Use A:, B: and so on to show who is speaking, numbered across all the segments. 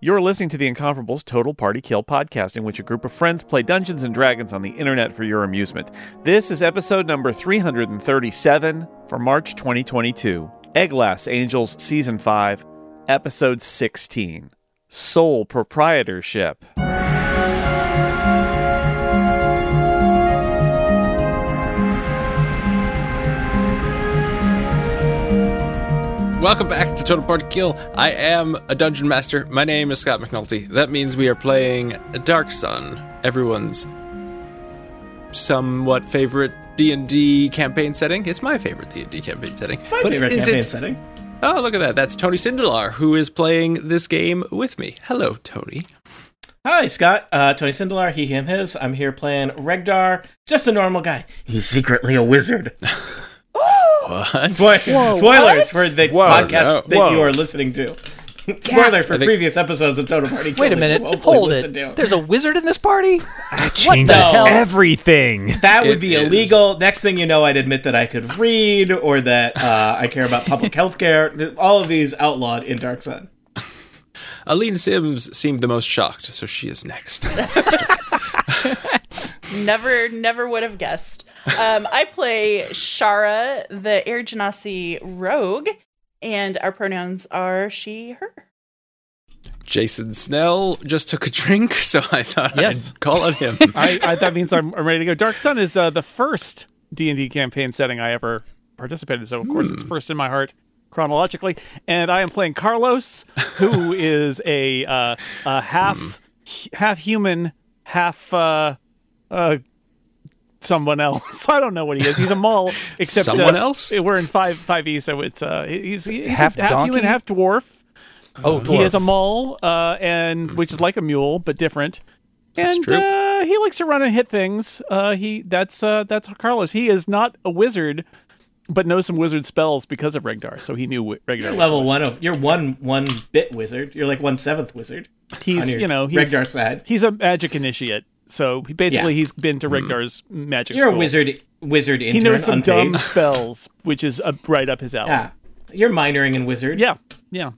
A: You're listening to the Incomparables Total Party Kill podcast, in which a group of friends play Dungeons and Dragons on the internet for your amusement. This is episode number 337 for March 2022. Eglass Angels Season 5, Episode 16 Sole Proprietorship.
B: Welcome back to Total Party Kill. I am a dungeon master. My name is Scott McNulty. That means we are playing Dark Sun, everyone's somewhat favorite D and D campaign setting. It's my favorite D and D campaign setting. My
C: favorite campaign setting.
B: Oh, look at that! That's Tony Sindelar who is playing this game with me. Hello, Tony.
C: Hi, Scott. Uh, Tony Sindelar, he, him, his. I'm here playing Regdar, just a normal guy. He's secretly a wizard.
B: What?
C: Spoil- Spoilers for the
A: Whoa,
C: podcast
A: no.
C: that you
A: Whoa.
C: are listening to. Spoiler for
B: I think-
C: previous episodes of Total Party Kill.
D: Wait a
C: that
D: minute.
C: you hopefully
D: Hold
C: listen
D: it.
C: to.
D: There's a wizard in this party? what
E: changes
D: the hell?
E: everything.
C: That would
B: It
C: be
B: is.
C: illegal. Next thing you know, I'd admit that I could read or that uh, I care about public health care. Th- All of these outlawed in Dark Sun.
B: Aline Sims seemed the most shocked, so she is next.
F: Never, never would have guessed. Um, I play Shara, the Air Genasi rogue, and our pronouns are she, her.
B: Jason Snell just took a drink, so I thought
D: Yes.
B: I'd call on him.
A: I, I, that means I'm, I'm ready to go. Dark Sun is uh, the first D and D campaign setting I ever participated. in, So
B: Hmm.
A: of course it's first in my heart chronologically, and I am playing Carlos, who is a, uh, a half
B: Hmm.
A: half human, half uh, uh, someone else. I don't know what he is. He's a mole, except uh,
B: Someone else?
A: We're in five five e, so it's uh, he's, he's half
E: Half
A: half human,
E: donkey?
A: half dwarf.
D: Oh,
A: He is a mole, uh, and which is like a mule but different.
B: That's
A: and
B: true.
A: Uh, he likes to run and hit things. Uh, he that's uh, that's Carlos. He is not a wizard, but knows some wizard spells because of Regdar. So he knew wi- Regdar. was
C: Level one of you're one one bit wizard. You're like one seventh wizard.
A: He's
C: on your
A: you know he's
C: Regdar side.
A: he's a magic initiate. So he, basically,
C: Yeah.
A: he's been
B: Hmm.
A: to Regdar's magic.
C: You're a
A: school.
C: wizard wizard intern.
A: He knows some
C: unpaid.
A: dumb spells, which is uh, right up his alley.
C: Yeah. You're minoring in wizard.
A: yeah, yeah.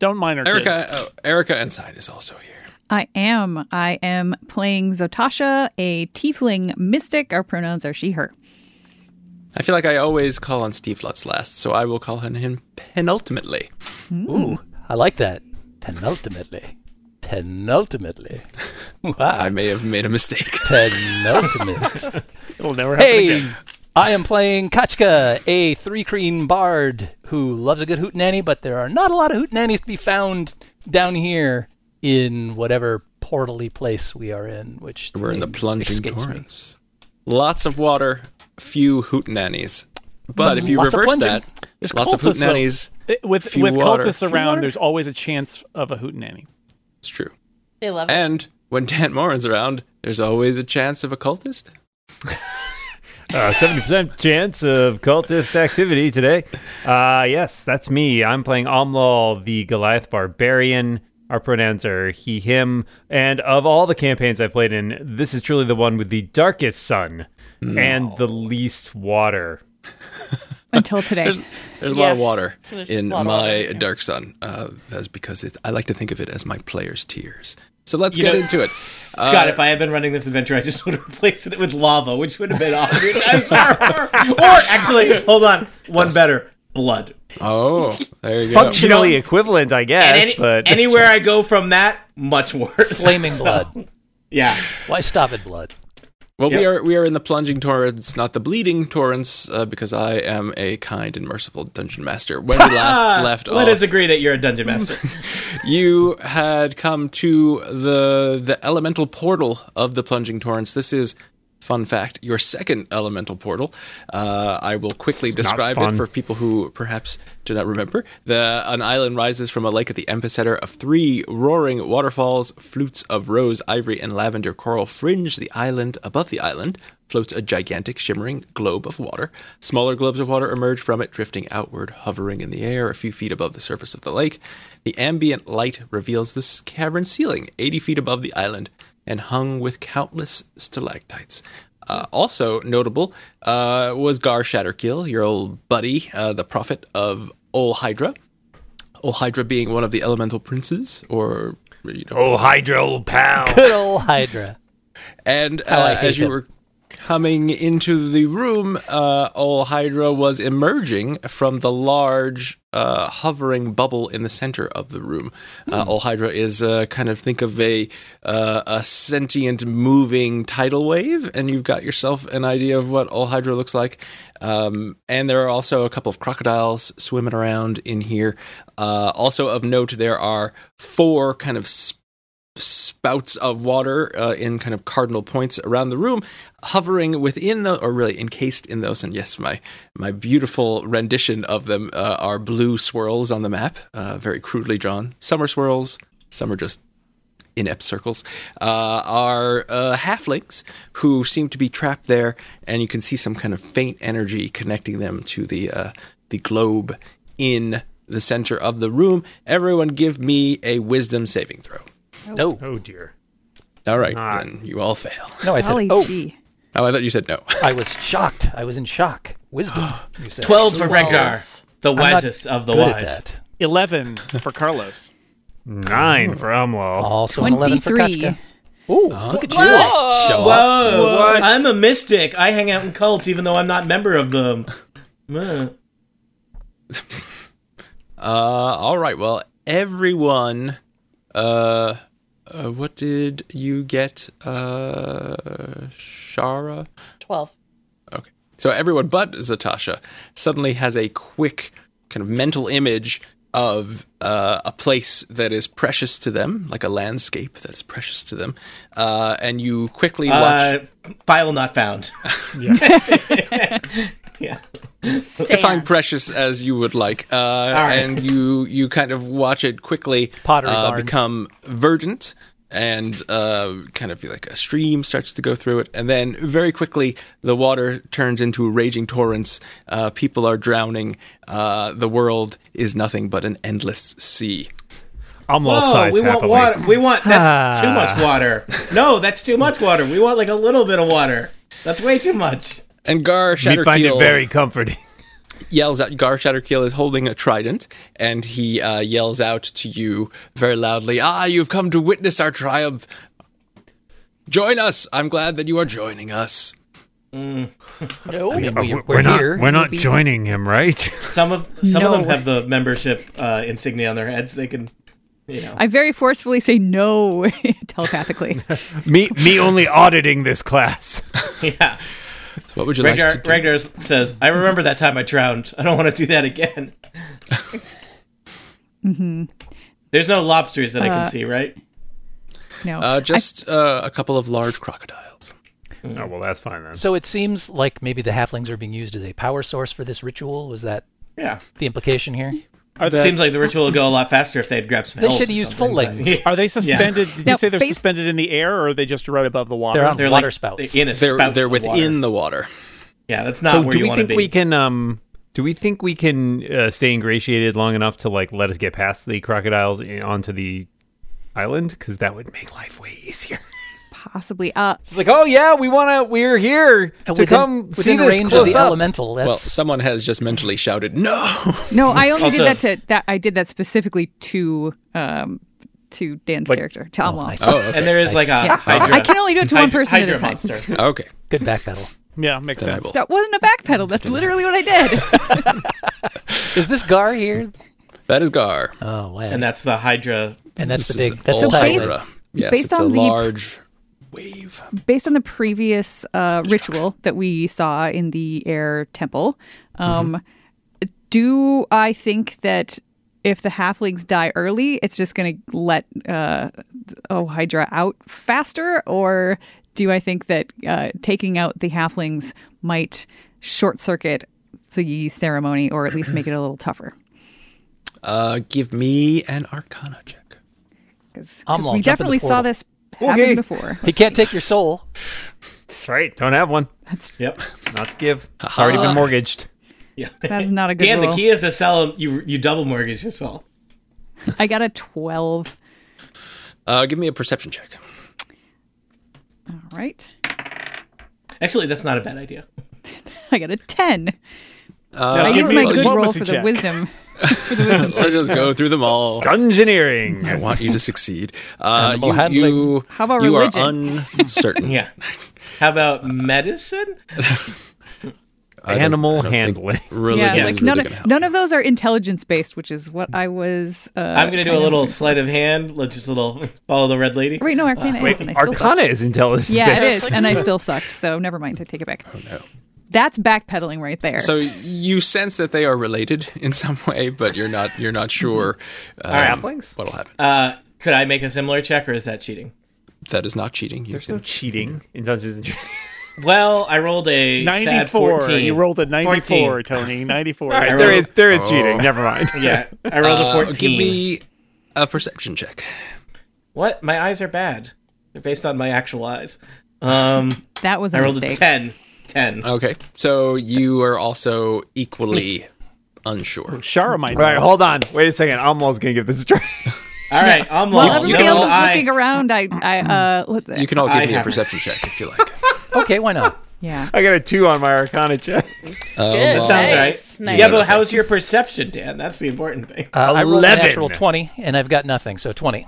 A: Don't mind our kids.
B: Erica, oh, Erica Ensign is also here.
G: I am. I am playing Zotasha, a tiefling mystic. Our pronouns are she, her.
B: I feel like I always call on Steve Lutz last, so I will call on him penultimately.
E: Ooh, I like that. Penultimately. Penultimately.
B: I
E: Wow.
B: may have made a mistake.
E: Penultimate.
A: It'll never happen again.
E: hey, I am playing Kachka, a three crean bard who loves a good hootenanny, but there are not a lot of hootenannies to be found down here in whatever portally place we are in, which
B: We're in the
E: name
B: plunging
E: escapes me.
B: torrents. Lots of water, few hootenannies. But if you
E: Lots of
B: reverse
E: plunging.
B: that, lots of
A: cultists, though.
B: hootenannies.
A: It- with
B: few
A: with
B: water.
A: cultists
B: Few
A: around,
B: water.
A: there's always a chance of a hootenanny.
B: It's true.
F: They love it.
B: And when Dan Morin's around, there's always a chance of a cultist.
E: seventy
H: Uh, percent chance of cultist activity today. Uh, yes, that's me. I'm playing Omlal, the Goliath barbarian. Our pronouns are he, him, and of all the campaigns I've played in, this is truly the one with the darkest sun and the least water.
G: Until today.
B: There's, there's a lot of
F: Yeah.
B: water
F: There's
B: in
F: a lot of
B: my
F: water, yeah.
B: Dark Sun. Uh, that's because it, I like to think of it as my player's tears. So let's
C: You
B: get
C: know-
B: into it.
E: Uh,
C: Scott, if I had been running this adventure, I just would have replaced it with lava, which would have been a hundred times more. Or actually, hold on, one better, blood.
B: Oh, there you go.
H: Functionally equivalent, I guess,
C: And any-
H: but
C: anywhere I go from that, much worse.
E: Flaming
C: So,
E: blood.
C: Yeah,
E: Why stop at blood?
B: Well, we
C: Yep.
B: are we are in the plunging torrents, not the bleeding torrents, uh, because I am a kind and merciful dungeon master. When we last left
C: let
B: off,
C: us agree that you're a dungeon master.
B: you had come to the the elemental portal of the plunging torrents. This is. Fun fact: Your second elemental portal. Uh, I will quickly
H: not
B: describe it
H: fun.
B: for people who perhaps do not remember. The an island rises from a lake at the epicenter of three roaring waterfalls. Flutes of rose, ivory, and lavender coral fringe the island. Above the island floats a gigantic shimmering globe of water. Smaller globes of water emerge from it, drifting outward, hovering in the air a few feet above the surface of the lake. The ambient light reveals this cavern ceiling, 80 feet above the island, and hung with countless stalactites. Uh, also notable uh, was Gar Shatterkill, your old buddy, uh, the prophet of Ol Hydra. Ol Hydra being one of the elemental princes, or you know.
H: Oh, Hydro Pal.
E: Good old Hydra.
B: And
E: How Oh, I
B: uh,
E: hate
B: as you
E: it.
B: were coming into the room, uh, all Hydra was emerging from the large uh, hovering bubble in the center of the room.
E: Hmm.
B: Uh, all Hydra is uh, kind of think of a uh, a sentient moving tidal wave, and you've got yourself an idea of what all Hydra looks like. Um, and there are also a couple of crocodiles swimming around in here. Uh, also of note, there are four kind of spouts of water uh, in kind of cardinal points around the room, hovering within the, or really encased in those. And yes, my my beautiful rendition of them uh, are blue swirls on the map, uh, very crudely drawn. Some are swirls, some are just inept circles, uh, are uh, halflings who seem to be trapped there, and you can see some kind of faint energy connecting them to the uh, the globe in the center of the room. Everyone, give me a wisdom saving throw.
E: No,
H: Oh dear.
B: All right,
H: Ah.
B: then you all fail.
E: no, I said.
G: Golly
E: Oh,
G: gee.
B: Oh, I thought you said no.
E: I was shocked. I was in shock. Wisdom. You said.
C: 12 for Rengar, the
E: I'm not
C: wisest of the
E: good at
C: wise.
E: that.
A: 11 for Carlos.
H: Nine for Umwell.
E: Also, an eleven for
G: 23.
E: Kachka. Ooh, look at you!
F: Whoa.
E: Show off.
C: Whoa, Oh, I'm a mystic. I hang out in cults even though I'm not a member of them. Uh,
B: Uh, all right. Well, everyone. Uh, uh, what did you get, uh, Shara?
F: 12.
B: Okay. So everyone but Zatasha suddenly has a quick kind of mental image of uh, a place that is precious to them, like a landscape that's precious to them, uh, and you quickly watch.
C: uh, file not found. Yeah.
B: define
F: Sand.
B: precious as you would like, uh,
C: right.
B: and you you kind of watch it quickly
E: Pottery
B: uh,
E: barn.
B: become verdant, and uh, kind of like a stream starts to go through it, and then very quickly the water turns into raging torrents. Uh, people are drowning. Uh, the world is nothing but an endless sea.
H: Umwell
C: Whoa,
H: size
C: we want
H: happily.
C: water. We want that's too
H: Ah.
C: much water. No, that's too much water. We want like a little bit of water. That's way too much.
B: And Gar
H: We find it
B: Shatterkeel-
H: very comforting.
B: yells out. Gar Shatterkeel is holding a trident, and he uh, yells out to you very loudly, "Ah, you've come to witness our triumph! Join us! I'm glad that you are joining us."
E: I mean, we,
H: Uh, We're,
E: are
H: not.
E: here.
H: We're not
G: Maybe.
H: joining him, right?
C: Some of some
G: No
C: of them
G: way.
C: have the membership uh, insignia on their heads. They can, you know.
G: I very forcefully say no telepathically.
H: me, me only auditing this class.
C: yeah.
B: So what would you
C: Ragnar,
B: like? To do?
C: Ragnar says, "I remember that time I drowned. I don't want to do that again." mm-hmm. There's no lobsters that I can see, right?
G: No.
B: Uh, just uh, a couple of large crocodiles.
H: oh well, that's fine then.
E: So it seems like maybe the halflings are being used as a power source for this ritual. Was that
C: Yeah.
E: the implication here?
A: Are
C: It
A: they,
C: seems like the ritual would go a lot faster if they'd grabbed some.
E: They
C: elves
E: should have
C: or
E: used
C: something, but-
E: full legs.
A: are they suspended? Did
G: Now,
A: you say they're
G: base-
A: suspended in the air, or are they just right above the water?
E: They're on
C: They're
E: water
C: like,
E: spouts.
C: They're in a
B: They're
C: spout
B: they're
C: of water.
B: within the water.
C: Yeah, that's not
H: so
C: where
H: do
C: you
H: we
C: want to
H: think
C: be.
H: we can um do we think we can uh, stay ingratiated long enough to like let us get past the crocodiles i- onto the island because that would make life way easier
G: possibly. Uh,
H: it's like oh yeah we want to we're here
E: And
H: to
E: within,
H: come
E: within
H: see this
E: range
H: close
E: of the
H: up
E: elemental. That's
B: Well, someone has just mentally shouted, "No!" Oh,
G: no, I only
C: Also-
G: did that to that. I did that specifically to um to Dan's
H: Like-
G: character, to Amal.
E: nice.
B: Oh, okay.
C: And there is like a Hydra.
G: I can only do it to one
C: Hydra-
G: person at
C: Hydra
G: a time.
C: monster.
B: okay.
E: good back battle.
A: yeah, makes
B: Then I
A: sense.
B: will.
G: That wasn't a backpedal. That's literally what I did.
E: Is this Gar here?
B: That is Gar.
E: Oh wow!
C: And
E: And,
C: that's the Hydra.
E: that's the
B: This is
E: big. That's
B: all
E: the tiger.
B: Hydra. Yes,
G: based
B: it's a
G: on the-
B: large wave.
G: based on the previous uh, ritual that we saw in the air temple, um,
E: Mm-hmm.
G: do I think that if the halflings die early, it's just going to let uh, Oh Hydra out faster, or do I think that uh, taking out the halflings might short circuit the ceremony, or at least make it a little tougher?
B: Uh, give me an Arcana check.
G: Because
E: Amlong, jump
G: we
E: in the
G: definitely saw
E: portal.
G: this happen
H: Okay.
G: before.
E: He can't take your soul.
H: that's right don't have one
C: Yep.
H: not to give it's already been mortgaged
C: Yeah.
G: That's not a good
C: Dan, the
G: rule.
C: key is to sell them. You you double mortgage yourself.
G: I got a twelve.
B: Uh, give me a perception check.
G: All right.
C: Actually, that's not a bad idea.
G: I got a 10.
A: Now,
G: I
A: give
G: used
A: me
G: my
A: a
G: good roll
A: diplomacy
G: for the
A: check.
G: wisdom.
B: Let's just go through them all. I
H: Dungeoneering.
B: want you to succeed. Uh,
E: Animal
B: you,
E: handling.
B: you,
G: How about
B: you are
G: religion?
B: uncertain.
C: Yeah. How about medicine?
B: I don't-
H: Animal
B: I don't think
H: handling.
B: Religion
G: yeah,
B: is
G: like
B: really
G: none
B: gonna
G: of
B: help.
G: none of those are intelligence based, which is what I was. Uh,
C: I'm gonna do a
G: kind of-
C: little sleight of hand. Let's just a little follow the red lady.
G: Wait, no, Arcana is, and I still sucked.
H: Arcana is intelligence.
G: Yeah, it
H: based.
G: is, and I still sucked. So never mind. I take it back. That's backpedaling right there.
B: So you sense that they are related in some way, but you're not you're not sure um,
C: Mm-hmm. right.
B: what'll happen.
C: Uh, could I make a similar check, or is that cheating?
B: that is not cheating. You
H: There's
B: can-
H: no cheating in Dungeons and Dragons.
C: Well, I rolled a sad
A: 94.
C: 14.
A: You rolled a 94,
C: 14.
A: Tony. 94.
H: All right,
C: I
H: there
C: rolled-
H: is there is
B: Oh.
H: cheating. Never mind.
C: Yeah, I rolled a
B: Uh,
C: 14.
B: give me a perception check.
C: What? My eyes are bad. They're based on my actual eyes. Um,
G: that was a
C: I rolled a
G: mistake.
C: 10. 10.
B: Okay, so you are also equally
C: Oh,
B: unsure.
A: Shara might
H: All right,
A: know.
H: hold on. Wait a second. I'm almost gonna give this a try.
C: All right, I'm
G: While
C: low.
G: everybody
C: You know,
G: else was
C: I-
G: looking around, I, I uh, let the-
B: You can all give
C: I
B: me a
C: haven't.
B: perception check if you like.
E: Okay, why not?
G: yeah.
H: I got a two on my Arcana check.
B: Good.
C: Sounds
F: Nice,
C: right.
F: nice.
C: Yeah, but how's your perception, Dan? That's the important thing.
E: Uh, I rolled a
H: 11.
E: natural 20, and I've got nothing, so 20.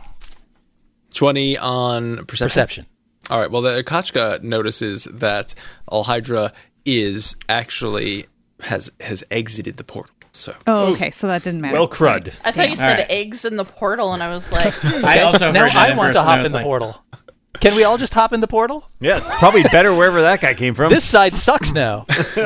B: 20 on perception.
E: Perception.
B: All right. Well, the Akachka notices that Alhydra is actually has has exited the portal. So
G: Oh, okay. So that didn't matter.
H: Well, crud.
F: I thought you said
C: Alright.
F: eggs in the portal, and I was like, hmm,
C: I also
E: Now
C: heard that
E: I
C: at
E: want
C: first,
E: to
C: and I
E: hop
C: was
E: in the
C: like,
E: portal. Can we all just hop in the portal?
H: Yeah, it's probably better wherever that guy came
B: Um,
H: from.
E: This side sucks now.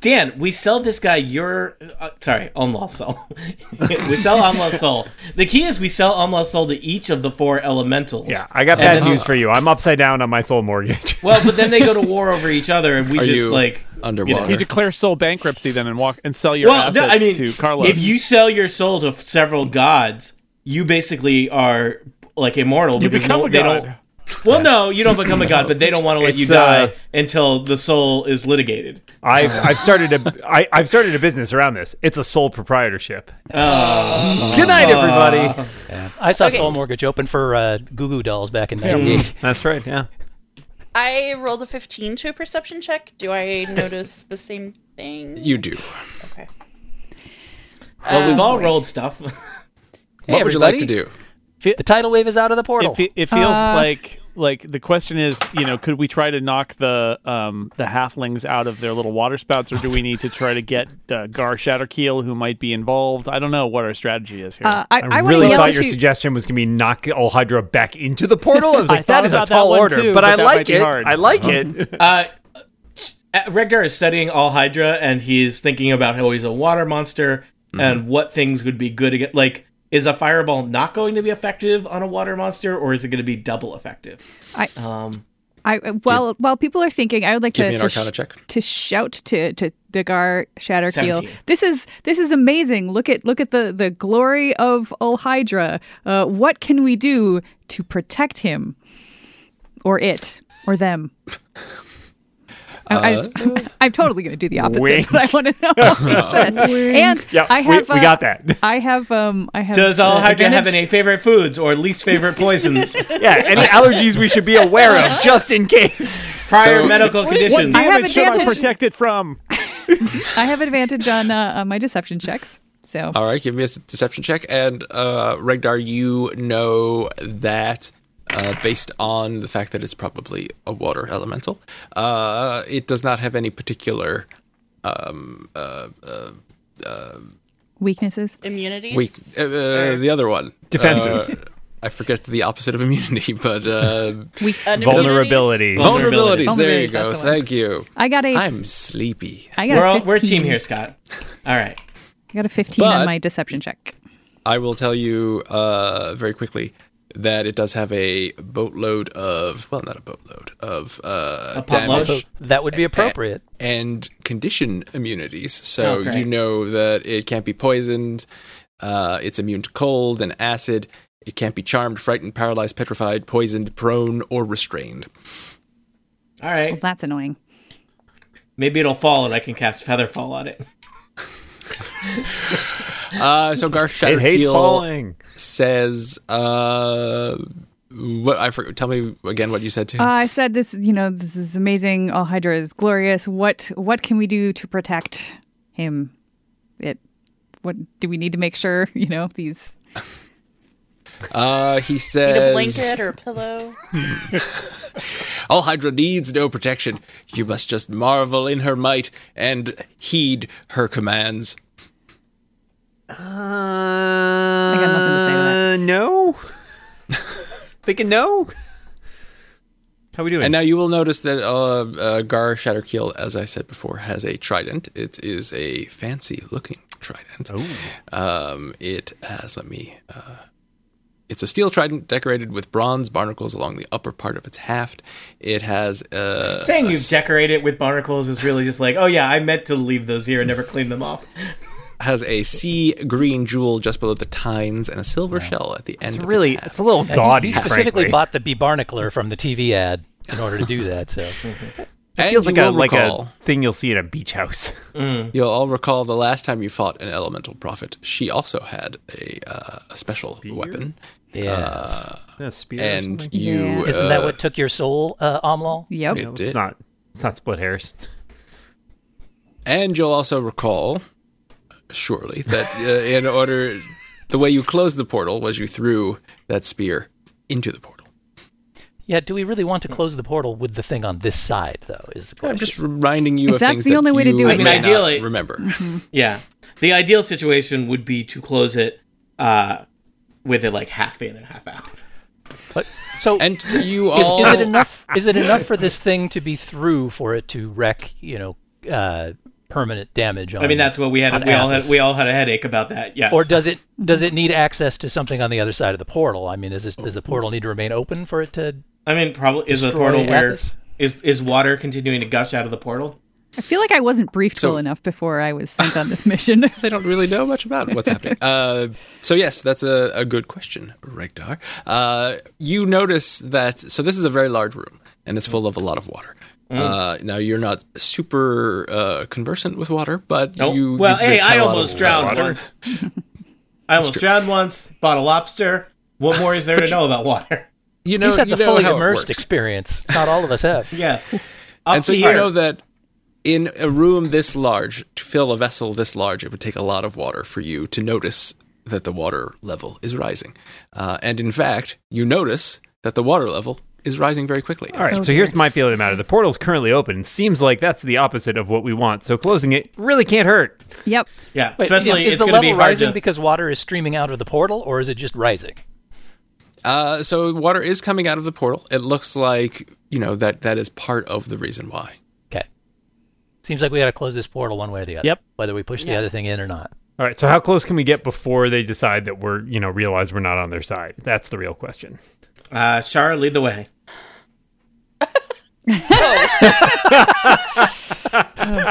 C: Dan, we sell this guy your. Uh, sorry, Umlaw Soul. we sell Umlaw Soul. The key is we sell Umlaw Soul to each of the four elementals.
H: yeah, I got bad news for you. I'm upside down on my soul mortgage.
C: Well, but then they go to war over each other, and we
B: Are
C: just
B: you
C: like
B: underwater?
A: You declare sole bankruptcy then and walk and sell your
C: Well,
A: assets
C: no, I mean,
A: to Carlos.
C: if you sell your soul to f- several gods, you basically are like immortal.
A: You
C: because
A: become
C: no-
A: a
C: they
A: god.
C: don't. Well, no, you don't become a god, but they don't want to let you
H: It's, uh,
C: die until the soul is litigated.
H: I've I've started a I, I've started a business around this. It's a sole proprietorship. Good night,
C: Uh,
H: everybody.
E: I saw
F: Okay.
E: Soul Mortgage open for uh, Goo Goo Dolls back in 98.
H: That's right. Yeah.
F: I rolled a 15 to a perception check. Do I notice the same thing?
B: you do.
F: Okay.
C: Well, we've all rolled stuff.
B: What would you like to
E: everybody.
B: do?
E: The tidal wave is out of the portal.
A: it, fe- it feels
G: Uh.
A: like like the question is, you know, could we try to knock the um the halflings out of their little water spouts, or do we need to try to get uh, Gar Shatterkeel, who might be involved? I don't know what our strategy is here.
G: uh, I,
H: I,
G: I want
H: really
G: to yell
H: thought your
G: to.
H: suggestion was going to be knock Alhydra back into the portal. I was
A: I
H: like,
A: thought
H: that is a
A: about that
H: tall
A: one
H: order,
A: too,
H: but,
A: but
H: I
A: that might
H: like
A: be
H: it.
A: hard.
H: I like it.
C: Uh, uh, Regdar is studying all Hydra, and he's thinking about how he's a water monster and what things would be good against. Like, is a fireball not going to be effective on a water monster, or is it going to be double effective?
G: I-
C: um,
G: I, while while people are thinking, I would like
B: Give
G: to
B: me an
G: to, sh-
B: Arcana check.
G: to shout to to Dagar Shatterkeel.
C: 17.
G: This is this is amazing. Look at look at the the glory of Ulhydra. Uh, what can we do to protect him, or it, or them? I, I just, I'm totally going to do the opposite,
H: Uh, Wink.
G: but I want to know what he says. And
H: Yeah,
G: I have
H: we, we
G: uh,
H: got that.
G: I have um I have
C: Does
G: uh,
C: all Hydra have
G: advantage-
C: any favorite foods or least favorite poisons?
H: Yeah, any allergies we should be aware of just in case.
C: Prior
B: So-
C: medical
A: what
C: conditions.
G: I have
A: damage should I
G: advantage.
A: protect it from?
G: I have advantage on uh, on my deception checks. So
B: All right, give me a s- deception check. And uh, Regdar, you know that uh, based on the fact that it's probably a water elemental, uh, it does not have any particular um, uh,
G: weaknesses.
F: Immunities?
B: weak. Uh, uh, the other one
H: Defenses.
B: Uh, I forget the opposite of immunity, but uh,
F: Uh,
H: Vulnerability.
B: vulnerabilities. There you
G: Vulnerabilities,
B: go.
G: that's the one.
B: Thank you.
G: I got a
B: I'm sleepy.
G: I got
C: We're,
G: a
C: all,
G: 15.
C: we're a team here, Scott. All right.
G: I got a 15
B: But-
G: on my deception check.
B: I will tell you uh, very quickly that it does have a boatload of well, not a boatload of uh,
C: potload?
B: damage
E: that would be appropriate.
B: and condition immunities. So
C: Oh, great.
B: you know that it can't be poisoned. Uh, it's immune to cold and acid. It can't be charmed, frightened, paralyzed, petrified, poisoned, prone, or restrained.
C: All
G: Well,
C: right.
G: that's annoying.
C: Maybe it'll fall and I can cast Featherfall on it.
B: Uh, so Garth
H: It hates
B: Shatterfield
H: falling.
B: says, uh, "What? I forgot. Tell me again what you said to him."
G: Uh, I said this, you know, this is amazing. All Hydra is glorious. What what can we do to protect him? It what do we need to make sure? You know, these
B: Uh, he
F: Need a
B: says,
F: blanket or a pillow.
B: All Hydra needs no protection. You must just marvel in her might and heed her commands.
G: I got nothing to say to that.
H: Uh, no. Thinking no. How we doing?
B: And now you will notice that uh, uh, Gar Shatterkeel, as I said before, has a trident. It is a fancy looking trident. Um, it has, let me, uh, it's a steel trident decorated with bronze barnacles along the upper part of its haft. It has, uh,
C: Saying
B: a
C: you
B: s-
C: decorate it with barnacles is really just like, oh yeah, I meant to leave those here and never clean them off.
B: has a sea green jewel just below the tines and a silver shell at the end
H: it's
B: of
H: really,
B: its
H: it's
B: haft.
H: a little gaudy.
E: he specifically
H: frankly.
E: bought the Be Barnacler from the TV ad in order to do that. So
B: And
H: feels
B: you
H: like a
B: will
H: like
B: recall-
H: a thing you'll see in a beach house.
B: You'll all recall the last time you fought an elemental prophet. She also had a, uh, a special weapon,
E: yeah,
H: A spear or
B: and
H: something?
B: you
G: Yeah.
E: isn't
B: uh,
E: that what took your soul, uh, Omlal?
G: Yep.
B: it
H: it's
B: did.
H: not it's not split hairs.
B: And you'll also recall, surely, that uh, in order, the way you closed the portal was you threw that spear into the portal.
E: Yeah. Do we really want to close the portal with the thing on this side, though? Is the question.
B: I'm just reminding you
G: If
B: of
G: that's
B: things
G: the
B: that
G: only way to
B: you
G: do it,
B: may
G: I
C: mean,
B: not
C: ideally-
B: remember.
C: Yeah. The ideal situation would be to close it uh, with it like half in and half out.
E: But, so
B: And you
E: is,
B: all
E: is it enough? Is it enough for this thing to be through for it to wreck? You know, uh, permanent damage on.
C: I mean, that's what we had.
E: on
C: we all had.
E: Athos?
C: We all had a headache about that. Yes.
E: Or does it does it need access to something on the other side of the portal? I mean, is this, does the portal need to remain open for it to?
C: I mean, probably is the
E: destroy
C: portal where is
E: Athos?
C: is water continuing to gush out of the portal?
G: I feel like I wasn't briefed
B: So-
G: well enough before I was sent on this mission.
B: they don't really know much about what's happening. Uh, so yes, that's a, a good question, Regdar. Uh, you notice that so this is a very large room and it's full of a lot of water.
C: Mm.
B: Uh, now you're not super uh, conversant with water, but
C: Nope.
B: you
C: well,
B: you
C: hey,
B: drink
C: I
B: a lot
C: almost
B: of
C: drowned
B: water.
C: once. I almost drowned once. Bought a lobster. What more is there to know about water?
B: You know,
E: He's had
B: you
E: the
B: know
E: fully
B: how it
E: immersed
B: works.
E: experience. Not all of us have.
C: Yeah. Up
B: and so
C: to
B: you
C: here.
B: know that in a room this large to fill a vessel this large it would take a lot of water for you to notice that the water level is rising uh, and in fact you notice that the water level is rising very quickly
H: All right, so here's my feeling about it. The portal's currently open. Seems like that's the opposite of what we want. So closing it really can't hurt.
G: yep.
C: yeah.
E: Wait,
C: Especially,
E: is, is
C: it's
E: the
C: going to
E: level
C: be hard
E: rising
C: to.
E: because water is streaming out of the portal, or is it just rising?
B: uh, so water is coming out of the portal it looks like you know that that is part of the reason why
E: Okay. Seems like we got to close this portal one way or the other.
A: Yep.
E: Whether we push the other thing in or not.
H: All right, so how close can we get before they decide that we're, you know, realize we're not on their side? That's the real question.
C: Uh, Shara, lead the way.
G: Oh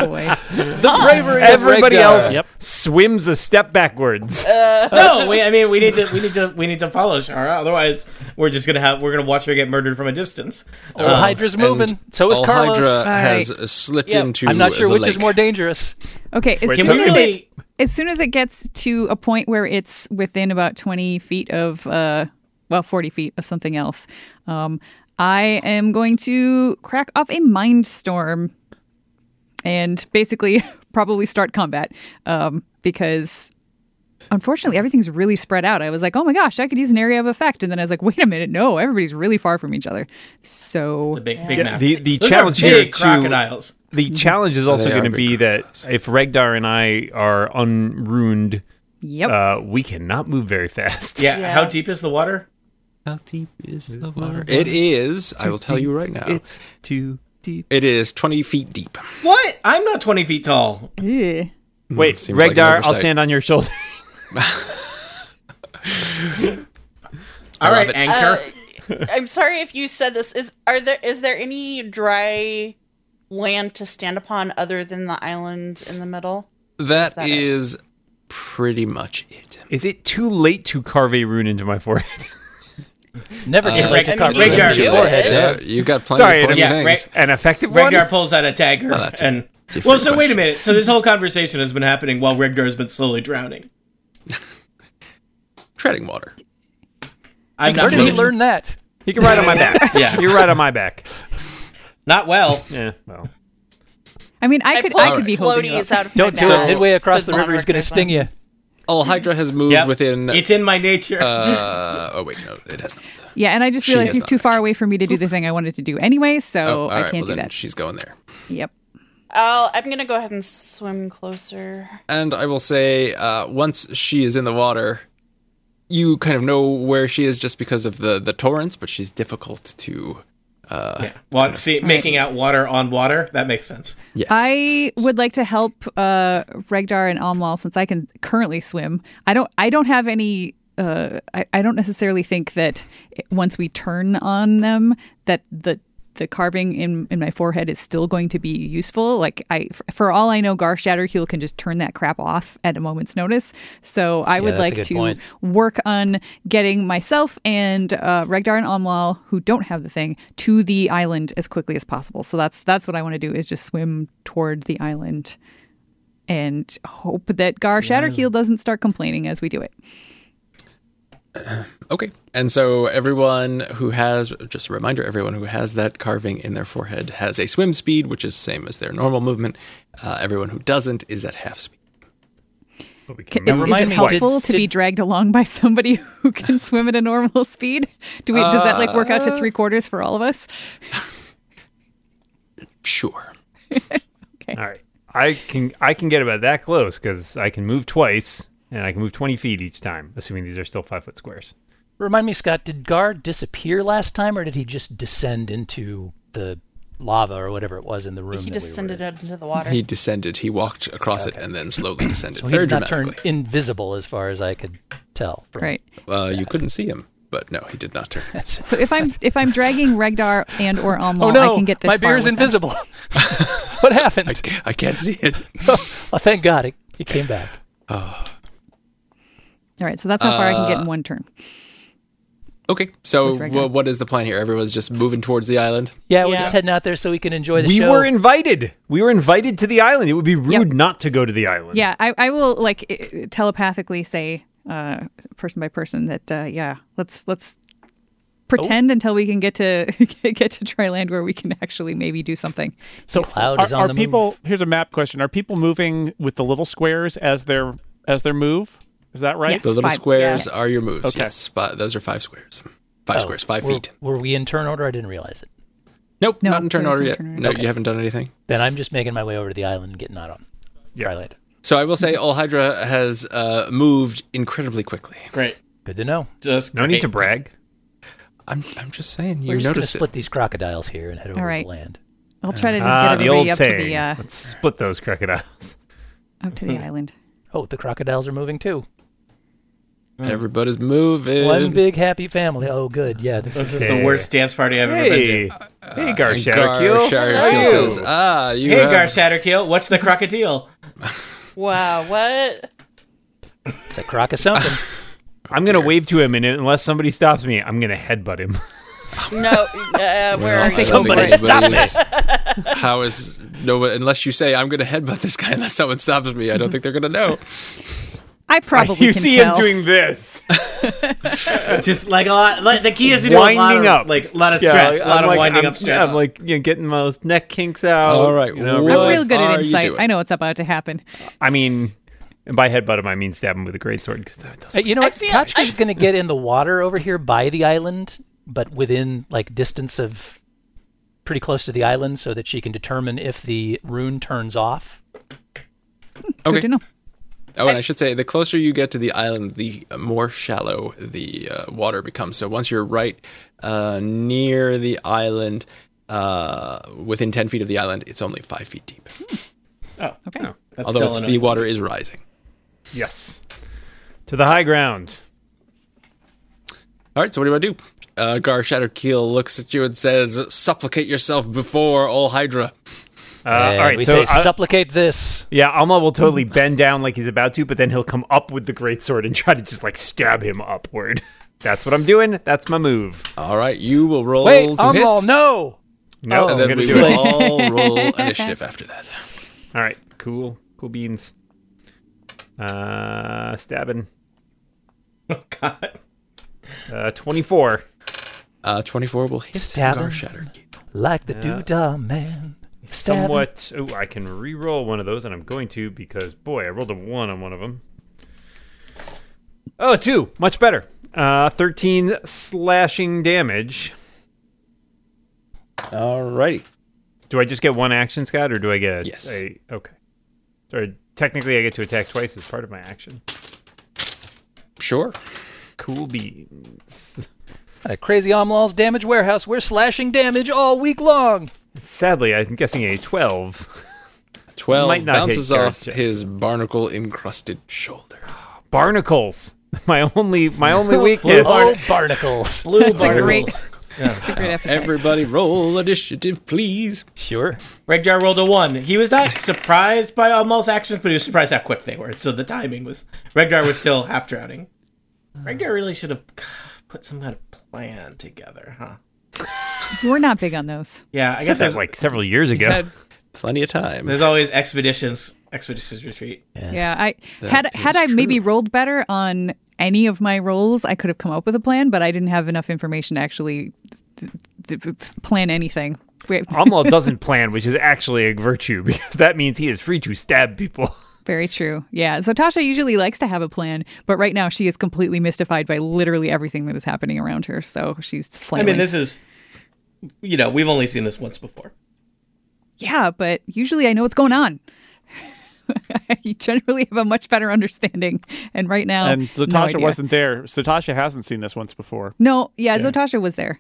G: boy.
E: The bravery
H: Everybody else
A: Yep.
H: swims a step backwards.
B: Uh,
C: no, we, I mean we need to we need to we need to follow Shara. Otherwise, we're just gonna have we're gonna watch her get murdered from a distance.
E: All Hydra's moving.
B: And
E: So is
B: All
E: Carlos.
B: Hydra
G: right.
B: has uh, slipped
F: Yep.
B: into
E: I'm not sure
B: the
E: which
B: lake.
E: is more dangerous.
G: Okay. As
H: Wait,
C: Can
G: soon
H: so-
C: we
G: as it
C: really?
G: as soon as it gets to a point where it's within about 20 feet of uh well 40 feet of something else um i am going to crack off a mind storm and basically probably start combat um because unfortunately everything's really spread out i was like oh my gosh i could use an area of effect and then i was like wait a minute no everybody's really far from each other so
C: The big big
H: Yeah,
C: map.
H: the- the
C: Those
H: challenge
C: are big
H: here to-
C: crocodiles.
H: The challenge is also
B: They are
H: going
B: big
H: to be that if Regdar and I are unruined,
G: yep
H: uh, we cannot move very fast.
C: Yeah,
F: Yeah.
C: How deep is the water?
B: how deep is the water it is i will tell you right now
H: It's too deep.
B: it is 20 feet deep
C: What? I'm not 20 feet tall.
G: Yeah.
H: Wait,
B: seems like an
H: Regdar, I'll
B: oversight.
H: stand on your shoulder.
C: All right,
B: it.
C: anchor.
F: Uh, I'm sorry if you said this. Is are there is there any dry land to stand upon other than the island in the middle?
B: that
F: that it?
B: is pretty much it
H: Is it too late to carve a rune into my forehead?
E: It's never too
B: Uh,
E: late to
F: I mean,
E: cover
C: you can
E: your
C: do it.
E: forehead.
B: Yeah,
E: man.
B: you got plenty
H: Sorry,
B: of pointy
H: yeah,
B: things.
H: An effective one?
C: Regdar pulls out a dagger
B: that's a-
C: and
B: that's a
C: well.
B: fair
C: So wait a
B: question.
C: minute. So this whole conversation has been happening while Regdar has been slowly drowning.
B: Treading water.
C: I'm
E: Where
C: not
E: did he
C: moving.
E: learn that?
H: You can ride on my back.
C: Yeah.
H: You're right on my back.
C: Not well.
H: Yeah, well.
G: i mean i,
F: I
G: could
F: pulled
G: i could be holding you up.
F: floaties out of
E: Don't
F: my
E: do
F: bag.
E: it. Midway across the
F: Does not
E: river, he's
F: work
E: going to
F: this
E: sting
F: way.
E: you.
B: All Hydra has moved
C: Yep.
B: within.
C: It's in my nature.
B: uh, oh wait, no, it has not.
G: Yeah, and I just
B: She
G: realized
B: has
G: he's
B: not,
G: too far away for me to do the thing I wanted to do anyway, so
B: all
G: Oh, I
B: right, well
G: can't do
B: then
G: that.
B: she's going there.
G: Yep.
F: I'll, I'm gonna go ahead and swim closer.
B: And I will say, uh, once she is in the water, you kind of know where she is just because of the the torrents, but she's difficult to.
C: yeah. Wa- see, making out water on water. That makes sense.
B: Yes.
G: I would like to help uh, Regdar and Almal since I can currently swim. I don't. I don't have any. Uh, I, I don't necessarily think that once we turn on them, that the the carving in in my forehead is still going to be useful. Like I, for all I know, Gar Shatterheel can just turn that crap off at a moment's notice. So I would
E: that's a
G: like
E: good
G: to
E: point.
G: work on getting myself and uh, Regdar and Omlal, who don't have the thing, to the island as quickly as possible. So that's that's what I want to do is just swim toward the island and hope that Gar Shatterkeel doesn't start complaining as we do it.
B: Okay. And so everyone who has, just a reminder, everyone who has that carving in their forehead has a swim speed, which is same as their normal movement. Uh, everyone who doesn't is at half speed.
H: But we can
G: Ca-
H: remember
G: is
H: my
G: it
H: name.
G: helpful to be dragged along by somebody who can swim at a normal speed? Do we? does that like work out
E: Uh.
G: to three quarters for all of us?
B: Sure.
H: All right, I can I can get about that close because I can move twice and I can move twenty feet each time, assuming these are still five foot squares.
E: Remind me, Scott, did Gar disappear last time, or did he just descend into the lava or whatever it was in the room?
F: He
E: that
F: descended
E: we were in?
F: out into the water.
B: He descended, he walked across it, and then slowly descended
E: So he
B: very
E: did not turn
B: dramatically.
E: invisible, as far as I could tell. from-
G: Right.
B: Uh, you couldn't see him, but no, he did not turn.
G: So if I'm if I'm dragging Regdar and or Omlal,
E: Oh no!
G: I can get this
E: my
G: far
E: beer is
G: with them.
E: invisible. what happened?
B: I can't see it.
E: Oh, thank God it, it came back.
G: All right, so that's how far I can
E: Uh.
G: get in one turn.
B: Okay, so
G: With Rhaegar.
B: wha- what is the plan here? Everyone's just moving towards the island.
E: Yeah, we're
F: Yeah.
E: just heading out there so we can enjoy the
H: we
E: show.
H: were invited. We were invited to the island. It would be rude
G: Yep.
H: not to go to the island.
G: Yeah, I, I will like i- i- telepathically say, uh, person by person, that uh, yeah, let's let's pretend until we can get to get to dry land where we can actually maybe do something.
A: So
E: cloud
A: are,
E: is on
A: are
E: the move.
A: people? Here's a map question: Are people moving with the little squares as their as their move? Is that right?
G: Yes.
B: The little
G: Five,
B: squares are your moves. Yes, five, those are five squares. Five
E: Oh,
B: squares, five
E: were,
B: feet.
E: Were we in turn order? I didn't realize it.
B: Nope,
G: No,
B: not in turn
G: there was
B: order
G: no
B: yet.
G: turn order.
B: No, you haven't done anything.
E: Then I'm just making my way over to the island and getting out on. Yeah. Island.
B: So I will say, All Hydra has uh, moved incredibly quickly.
C: Great.
E: Good to know.
C: Just
H: No need to
C: great.
H: brag.
B: I'm, I'm just saying,
E: We're
B: you
E: just going to
B: noticed
E: split
B: it.
E: these crocodiles here and head over
G: right.
E: to land.
G: I'll try to just
H: Ah,
G: get
H: the
G: everybody
H: old
G: up to
H: saying.
G: the uh,
H: Let's split those crocodiles.
G: up to the island.
E: Oh, the crocodiles are moving too.
B: Everybody's moving.
E: One big happy family. Oh, good. Yeah, this is
C: This is
H: Okay.
C: the worst dance party I've ever been
H: Hey,
C: to.
H: hey, Gar
B: And Gar
H: Shatterkeel.
B: Sharkeel
C: Hello.
B: says, "Ah, you
C: Hey,
B: have-
C: Gar Shatterkeel, what's the crocodile?
F: Wow, what?
E: it's a croc of something.
H: I'm gonna wave to him, and unless somebody stops me, I'm gonna headbutt him.
F: No, uh, where
B: I
F: are
B: don't
F: you?
B: think
E: Somebody stop
B: anybody's- How is no? Unless you say I'm going to headbutt this guy, unless someone stops me, I don't think they're going to know.
G: I probably
H: you
G: can
H: see
G: tell.
H: him doing this,
C: Just like a lot. Like, the key is to do a lot
H: winding
C: of,
H: up,
C: like a lot of
H: Yeah,
C: stress,
H: like,
C: a lot
H: I'm
C: of
H: like-
C: winding
H: I'm-
C: up stress.
H: Yeah, I'm like you know, getting those neck kinks out.
B: All right,
H: Ah, you know,
B: what
G: I'm
H: really-
G: real good
B: are
G: at
B: you
G: insight.
B: doing?
G: I know what's about to happen.
H: I mean, and by headbutt him, I mean stab him with a greatsword because that doesn't.
E: Hey, you know what?
F: feel-
E: Kachka's going to get in the water over here by the island, but within like distance of pretty close to the island so that she can determine if the rune turns off.
G: Good to know.
B: Oh, and I should say, the closer you get to the island, the more shallow the uh, water becomes. So once you're right uh, near the island, uh, within ten feet of the island, it's only five feet deep.
H: Hmm. Oh,
G: Okay.
C: That's
B: Although
C: still
B: it's, the
C: annoying.
B: water is rising.
H: Yes, to the high ground.
B: All right, so what do I do? Uh, Gar Shatterkeel looks at you and says, "Supplicate yourself before all Hydra."
H: Uh, all right,
E: we
H: so
E: say,
H: I-
E: supplicate this.
H: yeah, Alma will totally bend down like he's about to, but then he'll come up with the greatsword and try to just like stab him upward. That's what I'm doing. That's my move.
B: All right, you will roll
E: Wait,
B: to hit,
E: Umral, no! Oh.
H: No, I'm
B: and then
H: gonna
B: we
H: do
B: will
H: it.
B: all roll initiative after that.
H: All right, cool, cool beans. Uh, stabbing.
C: Oh, God.
H: Uh, twenty-four.
B: Uh, Twenty-four will hit
E: Stab
B: Gar
E: him.
B: Shatterkeel.
E: Like the doodah man. Stab him.
H: somewhat. Oh, I can re-roll one of those, and I'm going to because boy, I rolled a one on one of them. Oh, two. Much better. Uh, 13 slashing damage.
B: Alrighty.
H: Do I just get one action, Scott, or do I get a.
B: Yes.
H: a- okay. So technically, I get to attack twice as part of my action.
B: Sure.
H: Cool beans.
E: At Crazy Omlal's Damage Warehouse, we're slashing damage all week long.
H: Sadly, I'm guessing a 12.
B: 12
H: Might not
B: bounces
H: hit,
B: off
H: gotcha.
B: his barnacle encrusted shoulder.
H: Barnacles. My only my only weakness.
E: Oh, barnacles.
C: Blue
G: It's a great,
C: barnacles.
G: it's a great episode.
B: Everybody roll initiative, please.
E: Sure.
C: Regdar rolled a one. He was not surprised by Amal's actions, but he was surprised how quick they were. So the timing was. Regdar was still half drowning. Regdar really should have put some kind of plan together, huh?
G: We're not big on those.
C: Yeah, I
H: I
C: guess
H: guess
C: there's,
H: that's like several years ago.
B: Had plenty of time.
C: there's always expeditions, expeditions retreat.
G: Yeah, I
B: That
G: had had
B: is
G: I maybe
B: true.
G: rolled better on any of my rolls, I could have come up with a plan, but I didn't have enough information to actually th- th- th- plan anything. Wait,
H: Amla doesn't plan, which is actually a virtue because that means he is free to stab people.
G: Very true. Yeah. So Tasha usually likes to have a plan, but right now she is completely mystified by literally everything that is happening around her. So she's
C: I
G: flailing.
C: mean, this is, you know, we've only seen this once before.
G: yeah, but usually I know what's going on. I generally have a much better understanding, and right now,
A: And
G: Oh, no
A: Zatasha
G: idea.
A: wasn't there. Zatasha hasn't seen this once before.
G: No, yeah, Zotasha was there.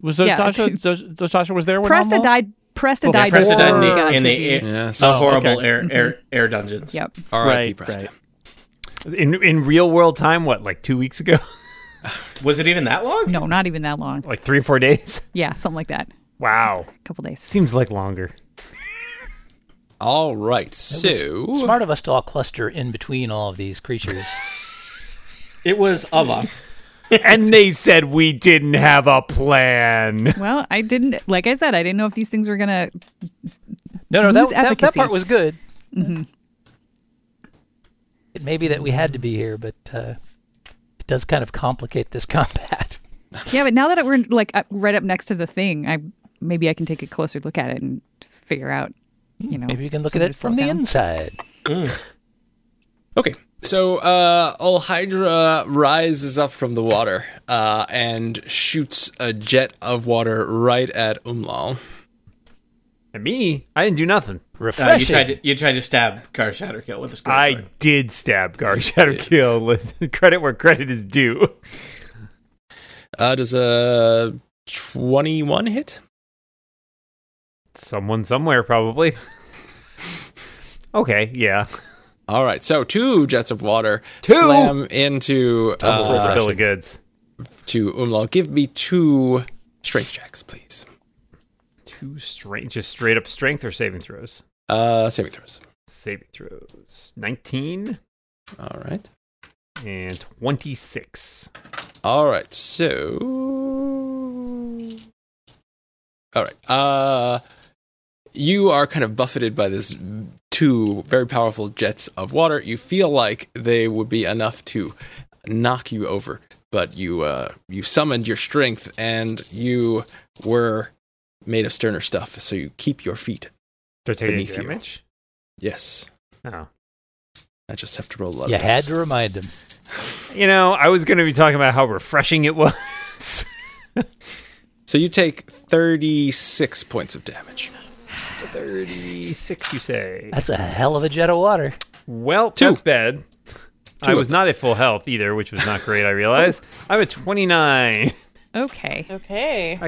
A: Was
G: Yeah.
A: Zatasha? Z- Zatasha was there when
G: Presta
A: Amla-
G: died. Presta
A: Okay,
G: died.
C: Presta died in
G: before we got
C: the, in
G: to
C: the, air-
B: Yes.
C: the
B: Oh,
C: horrible
A: okay.
C: air, air air dungeons.
G: Mm-hmm. Yep.
B: R.I.P.
A: Right,
B: Preston.
A: right.
H: In in real world time, what like two weeks ago,
C: Was it even that long?
G: No, not even that long.
H: like three or four days.
G: Yeah, something like that. A
H: Wow,
G: couple days.
H: seems like longer.
B: All right. So,
E: Smart of us to all cluster in between all of these creatures.
C: It was of us. Uh,
H: And they said we didn't have a plan.
G: Well, I didn't. Like I said, I didn't know if these things were gonna.
E: No, no, that,
G: Lose
E: that, that
G: efficacy. Mm-hmm.
E: part was good. It may be that we had to be here, but uh, it does kind of complicate this combat.
G: Yeah, but now that we're like up, right up next to the thing, I maybe I can take a closer look at it and figure out. You know,
E: Hmm, Maybe we can look at
G: something
E: it
G: to
E: from
G: slow
E: the
G: down.
E: inside.
B: okay. So, uh, Ol Hydra rises up from the water uh, and shoots a jet of water right at Umlal.
H: And me, I didn't do nothing.
C: Uh, you
E: Refreshing.
C: tried to you tried to stab Car Shatterkill with a score
H: I
C: sword.
H: did stab Gar Shadowkill. with- credit where credit is due.
B: Uh, does a 21 hit?
H: Someone somewhere probably. okay, yeah.
B: All right. So, two jets of water
H: Two?
B: slam into
H: Double
B: uh,
H: the bill of goods.
B: to Umlal. Give me two strength checks, please.
H: Two strength, just straight up strength or saving throws.
B: Uh, saving throws.
H: Saving throws. Nineteen
B: All right.
H: and twenty-six.
B: All right, so all right, uh, you are kind of buffeted by this two very powerful jets of water. You feel like they would be enough to knock you over, but you uh, you summoned your strength and you were made of sterner stuff, so you keep your feet.
H: They're taking
B: Beneath you.
H: damage.
B: Yes,
H: Oh,
B: I just have to roll a lot. of
E: You had
B: dice.
E: to remind them.
H: you know, I was going to be talking about how refreshing it was.
B: So you take thirty-six points of damage.
H: Thirty-six, you say?
E: That's a hell of a jet of water.
H: Well,
B: Two.
H: that's bad. I
B: of
H: was not at full health either, which was not great. I realize I'm at 29.
G: Okay.
F: Okay.
H: Uh,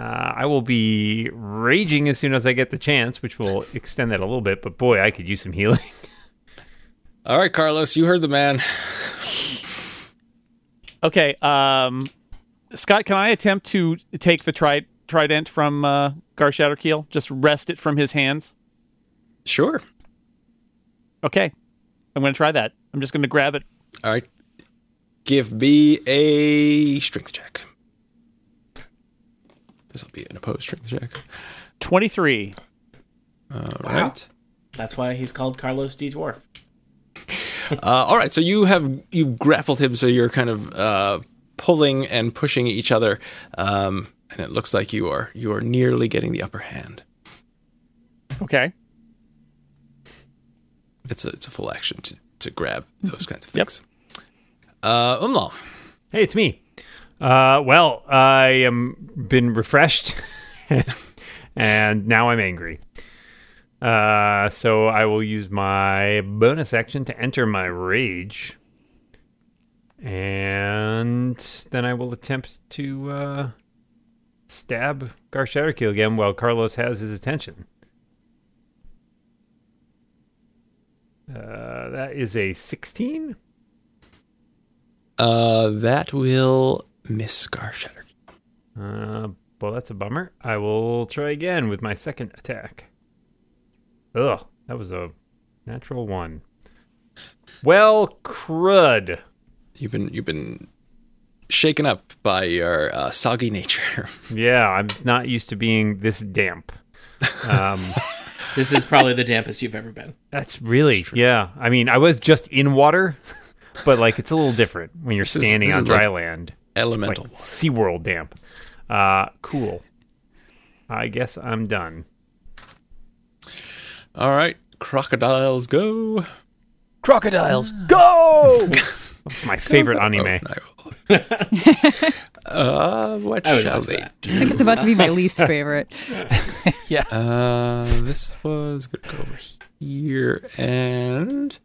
H: I will be raging as soon as I get the chance, which will extend that a little bit. But boy, I could use some healing.
B: All right, Carlos, you heard the man.
A: Okay. Um, Scott, can I attempt to take the tri- trident from uh, Gar Shatterkeel? Just wrest it from his hands.
B: Sure.
A: Okay. I'm going to try that. I'm just going to grab it.
B: All right. Give me a strength check. This will be an opposed strength check.
A: 23.
B: All right.
C: That's why he's called Carlos D. Dwarf.
B: Uh, all right. So you have you grappled him, so you're kind of uh, pulling and pushing each other, um, and it looks like you are you are nearly getting the upper hand.
A: Okay.
B: It's a it's a full action to to grab those kinds of things. Uh, Umlal,
H: Hey, it's me. Uh, well, I am been refreshed, and now I'm angry. Uh, so I will use my bonus action to enter my rage, and then I will attempt to uh, stab Garshaderkill again while Carlos has his attention. Uh, that is a sixteen.
B: uh, that will miss Garshutter.
H: Uh, well, that's a bummer. I will try again with my second attack. Ugh, that was a natural one. Well, crud.
B: You've been you've been shaken up by your uh, soggy nature.
H: Yeah, I'm not used to being this damp. Um,
C: This is probably the dampest you've ever been.
H: that's really, yeah. I mean, I was just in water, but like it's a little different when you're
B: is-
H: standing
B: this
H: on
B: is
H: dry
B: like
H: land.
B: Elemental.
H: Like SeaWorld damp. Uh, cool. I guess I'm done.
B: All right, crocodiles go.
E: Crocodiles,
B: Ah.
E: go!
H: That's my favorite anime.
B: Oh, no. uh, what
C: I would
B: shall
C: watch
B: they
C: that.
B: do?
G: It's about to be my least favorite.
B: Uh, this was going to go over here and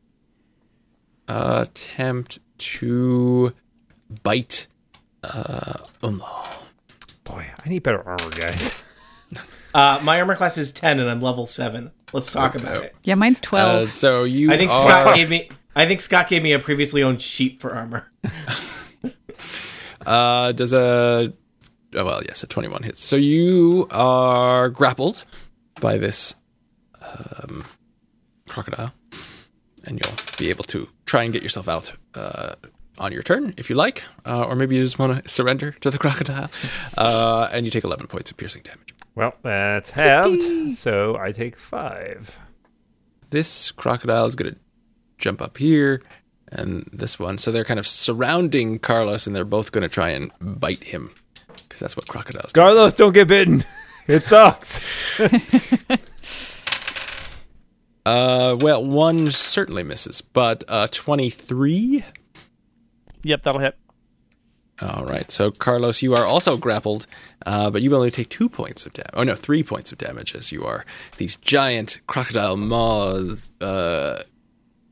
B: uh, attempt to bite uh, Umlal.
H: Boy, I need better armor, guys.
C: Uh, my armor class is ten, and I'm level seven. Let's talk about it.
G: Yeah, mine's
B: Uh,
G: twelve.
B: so you
C: I think
B: are-
C: Scott gave me. I think Scott gave me a previously owned sheep for armor.
B: Uh, does a oh well, yes, a twenty-one hits. So you are grappled by this um, crocodile, and you'll be able to try and get yourself out uh, on your turn if you like, uh, or maybe you just want to surrender to the crocodile, uh, and you take eleven points of piercing damage.
H: Well, that's halved, so I take five.
B: This crocodile is going to jump up here. And this one, so they're kind of surrounding Carlos, and they're both going to try and bite him, because that's what crocodiles do.
H: Carlos, don't get bitten. It sucks.
B: Uh, well, one certainly misses, but uh, 23.
A: Yep, that'll hit.
B: All right, so Carlos, you are also grappled, uh, but you only take two points of damage. Oh, no, three points of damage as you are. These giant crocodile maws uh,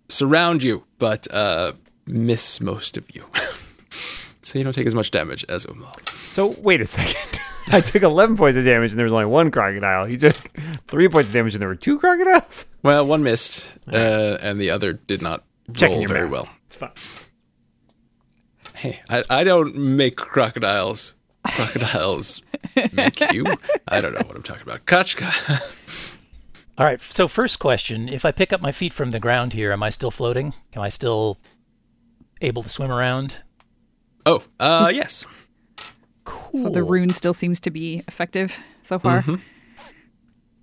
B: surround you, but uh, miss most of you. so you don't take as much damage as Umal.
H: So wait a second. I took eleven points of damage, and there was only one crocodile. He took three points of damage, and there were two crocodiles.
B: Well, one missed, uh, and the other did not
H: Checking
B: roll
H: your
B: very
H: math.
B: well.
H: It's fine.
B: Hey, I, I don't make crocodiles. Crocodiles make you. I don't know what I'm talking about. Kachka.
E: All right. So first question: If I pick up my feet from the ground here, am I still floating? Am I still able to swim around?
B: Oh, uh,
H: Hmm.
B: yes.
E: Cool. Mm-hmm.
G: so the rune still seems to be effective so far.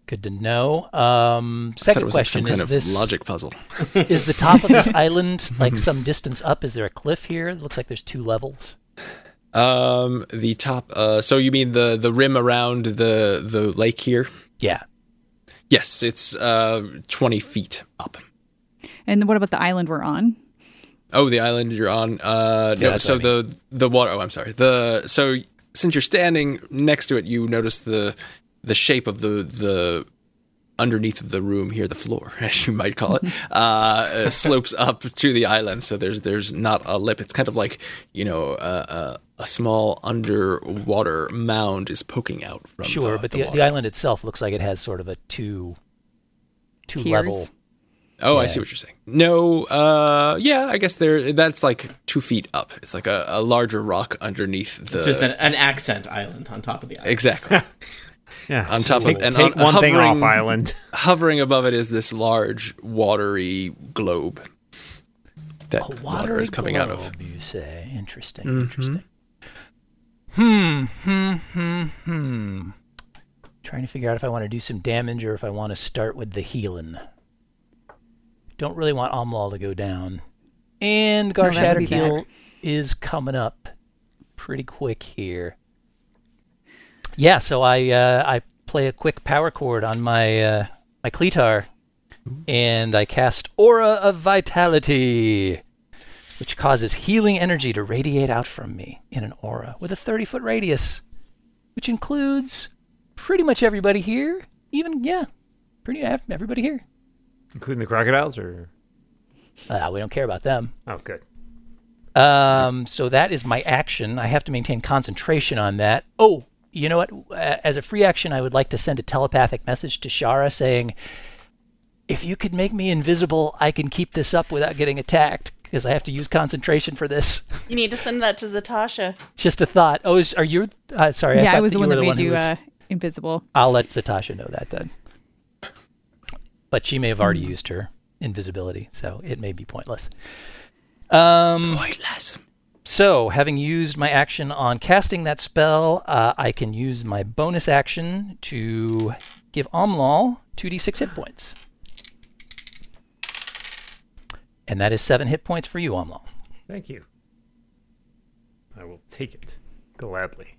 E: Good to know. Um,
B: I thought
E: second
B: it was like
E: question:
B: some kind
E: Is
B: of
E: this
B: logic puzzle.
E: is the top of this island like some distance up? Is there a cliff here? It looks like there's two levels.
B: Um, the top. Uh, so you mean the the rim around the the lake here?
E: Yeah.
B: Yes, it's uh 20 feet up.
G: And what about the island we're on?
B: Oh, the island you're on. Uh, no.
E: that's
B: So
E: what
B: the the water. Oh, I'm sorry. The so since you're standing next to it, you notice the the shape of the the underneath of the room here, the floor, as you might call it, uh, uh, slopes up to the island. So there's there's not a lip. It's kind of like you know uh, uh, a small underwater mound is poking out from
E: Sure,
B: the,
E: but
B: the
E: the, the,
B: water.
E: island itself looks like it has sort of a two two
G: Tiers?
E: level.
B: Oh, I see what you're saying. No, uh, yeah, I guess there. That's like two feet up. It's like a, a larger rock underneath the.
C: Just an, an accent island on top of the island.
B: exactly.
H: Yeah.
B: On top of-
H: take,
B: and
H: take
B: on-
H: one thing off
B: hovering-
H: island.
B: Hovering above it is this large watery globe that
E: A
B: water is
E: watery
B: coming out of.
E: globe, You say interesting, interesting. Hmm, hmm, hmm, hmm. Trying to figure out if I want to do some damage or if I want to start with the healing. Don't really want Omlal to go down, and
G: No,
E: Gar
G: that would be
E: Shatterkeel is coming up pretty quick here. Yeah, so I uh, I play a quick power chord on my uh, my cleatar and I cast Aura of Vitality, which causes healing energy to radiate out from me in an aura with a 30 foot radius, which includes pretty much everybody here. Even, yeah, pretty ev- everybody here.
H: including the crocodiles, or
E: Uh, we don't care about them.
H: oh, good.
E: Um, so that is my action. I have to maintain concentration on that. Oh, you know what? A- As a free action, I would like to send a telepathic message to Shara saying, if you could make me invisible, I can keep this up without getting attacked because I have to use concentration for this.
F: You need to send that to Zatasha.
E: Just a thought. Oh, is, are you? Uh, sorry.
G: yeah,
E: I,
G: I
E: thought
G: was the
E: you
G: one
E: were
G: that made
E: who
G: you
E: was-
G: uh, invisible.
E: I'll let Zatasha know that then. But she may have already
G: Hmm.
E: used her invisibility, so it may be pointless. Um,
B: Pointless.
E: so, having used my action on casting that spell, uh, I can use my bonus action to give Omlal 2d6 hit points. And that is seven hit points for you, Omlal.
H: Thank you. I will take it gladly.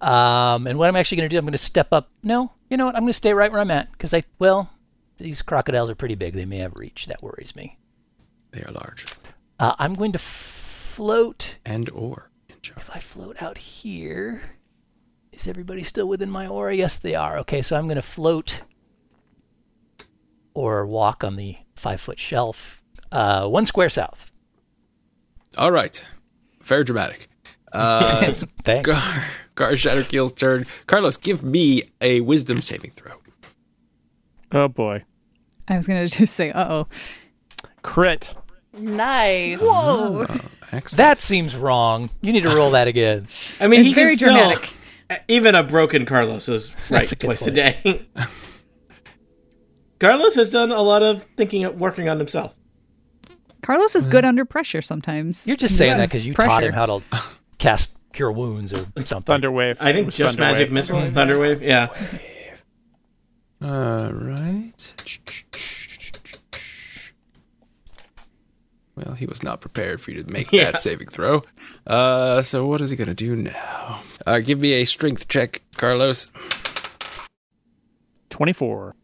E: Um, and what I'm actually going to do, I'm going to step up. No, you know what? I'm going to stay right where I'm at because I, well, these crocodiles are pretty big. They may have reach. That worries me.
B: They are large
E: Uh, I'm going to float.
B: and or in charge.
E: If I float out here, is everybody still within my aura? Yes, they are. Okay, so I'm going to float or walk on the five foot shelf, uh, one square south.
B: All right, very dramatic. Uh, it's
E: Thanks.
B: Gar, Gar Shatterkeel's turn. Carlos, give me a wisdom saving throw.
A: Oh boy,
G: I was gonna just say, uh oh.
A: crit.
F: Nice.
B: Excellent.
E: That seems wrong. You need to roll that again.
C: I mean,
G: It's
C: he can
G: very
C: still- e,
G: dramatic.
C: Even a broken Carlos is right
E: That's a good
C: twice a day. Carlos has done a lot of thinking, of working on himself.
G: Carlos is good under pressure sometimes.
E: Mm. You're just saying that
G: Yes,
E: because you taught
G: pressure.
E: him how to cast cure wounds or something.
A: Thunderwave.
C: I think
A: It was
C: just
A: Thunderwave.
C: magic missile, thunderwave. Yeah,
B: All right. Well, he was not prepared for you to make that saving throw. Uh, so what is he gonna do now? Uh, give me a strength check, Carlos.
A: Twenty-four.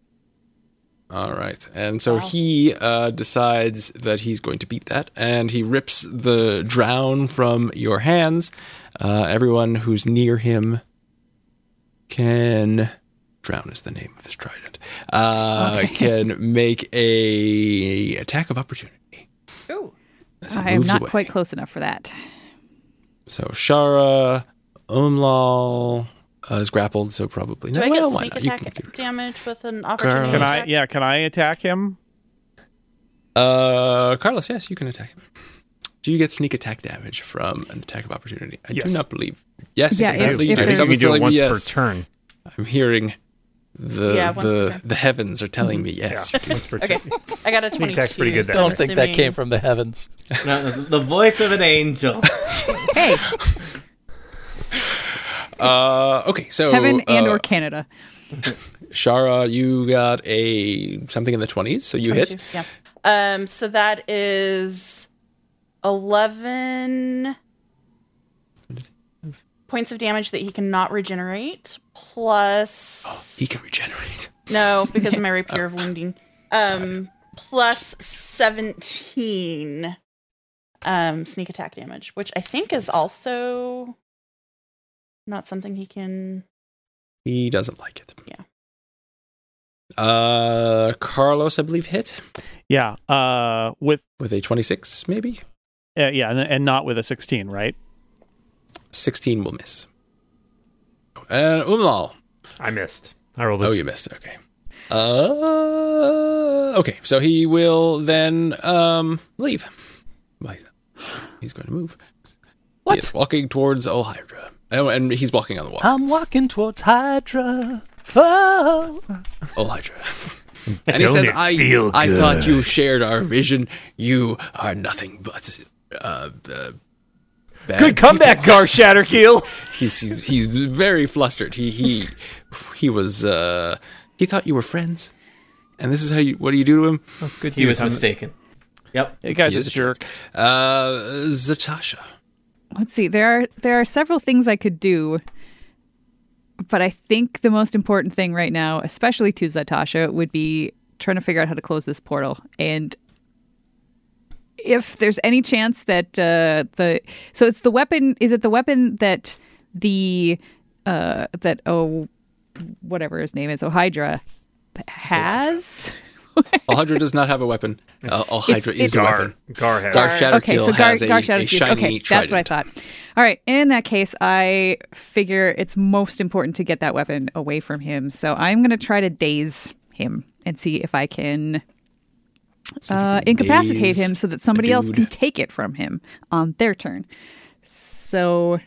B: All right, and so he uh, decides that he's going to beat that, and he rips the drown from your hands. Uh, everyone who's near him can drown is the name of his trident. Uh, Can make a attack of opportunity. As he
G: I am
B: moves
G: not
B: away.
G: quite close enough for that.
B: So Shara, Umlal uh, is grappled, so probably
F: Do
B: no.
F: I get
B: well, why
F: sneak
B: not? You can
F: attack
B: get rid of it.
F: damage with an opportunity?
A: Can
B: Yes.
A: I?
F: attack?
A: Yeah. Can I attack him?
B: Uh, Carlos, yes, you can attack him. Do you get sneak attack damage from an attack of opportunity? I
H: Yes.
B: do not believe. Yes,
G: Yeah, if-
B: apparently
G: if
B: you do.
G: there's-
H: you
B: Someone's
H: can do it
B: telling me
H: once
B: yes.
H: per turn.
B: I'm hearing the
F: Yeah, once per
B: the
F: turn.
B: the heavens are telling me yes.
H: once per
F: Okay.
H: turn.
F: I got a
H: Sneak
F: 22.
H: attack's pretty good there.
E: Don't think that came
F: assuming-
E: from the heavens.
C: No, the voice of an angel.
G: Hey,
B: Uh, okay, so
G: heaven and
B: uh,
G: or Canada.
B: Shara, you got a something in the twenties, so you hit.
F: Yeah. Um, so that is 11 points of damage that he cannot regenerate, plus.
B: He can regenerate.
F: No, because of my rapier of wounding. Um, plus 17 um, sneak attack damage, which I think is also not something he can.
B: He doesn't like it.
F: Yeah.
B: Uh, Carlos, I believe hit
A: Yeah. Uh, with
B: with a twenty-six, maybe
A: uh, yeah, and, and not with a sixteen, right?
B: sixteen will miss. And Umlal.
H: I missed. I rolled. A,
B: Oh, you missed. Okay. Uh, okay. So he will then um leave. Well, he's, he's going to move.
E: What?
B: He is walking towards Ohydra. Oh, and he's walking on the wall.
E: I'm walking towards Hydra. Oh.
B: Ohydra. and he says,
H: it
B: "I,
H: feel
B: I
H: good?"
B: thought you shared our vision. You are nothing but." Uh, uh, bad
H: Good comeback, Gar Shatterkeel.
B: people." He's, he's he's very flustered. He he he was uh he thought you were friends, and this is how you what do you do to him?
H: Good
C: He was mistaken. Yep.
A: Hey, guy's
B: He is
A: a jerk.
B: Uh, Zatasha.
G: Let's see. There are there are several things I could do, but I think the most important thing right now, especially to Zatasha, would be trying to figure out how to close this portal. And if there's any chance that uh, the so it's the weapon is it the weapon that the uh, that oh whatever his name is oh Hydra has.
B: Al Hydra does not have a weapon. Uh, Al Hydra is a
H: Gar,
B: weapon.
H: Gar has.
B: Gar Shatterkeel
G: okay, so Gar,
B: has a,
G: Gar
B: a
G: Shadow Chief.
B: shiny
G: Okay,
B: trident.
G: that's what I thought. All right, in that case, I figure it's most important to get that weapon away from him. So I'm going to try to daze him and see if I can uh, incapacitate him so that somebody else can
B: dude.
G: take it from him on their turn. So,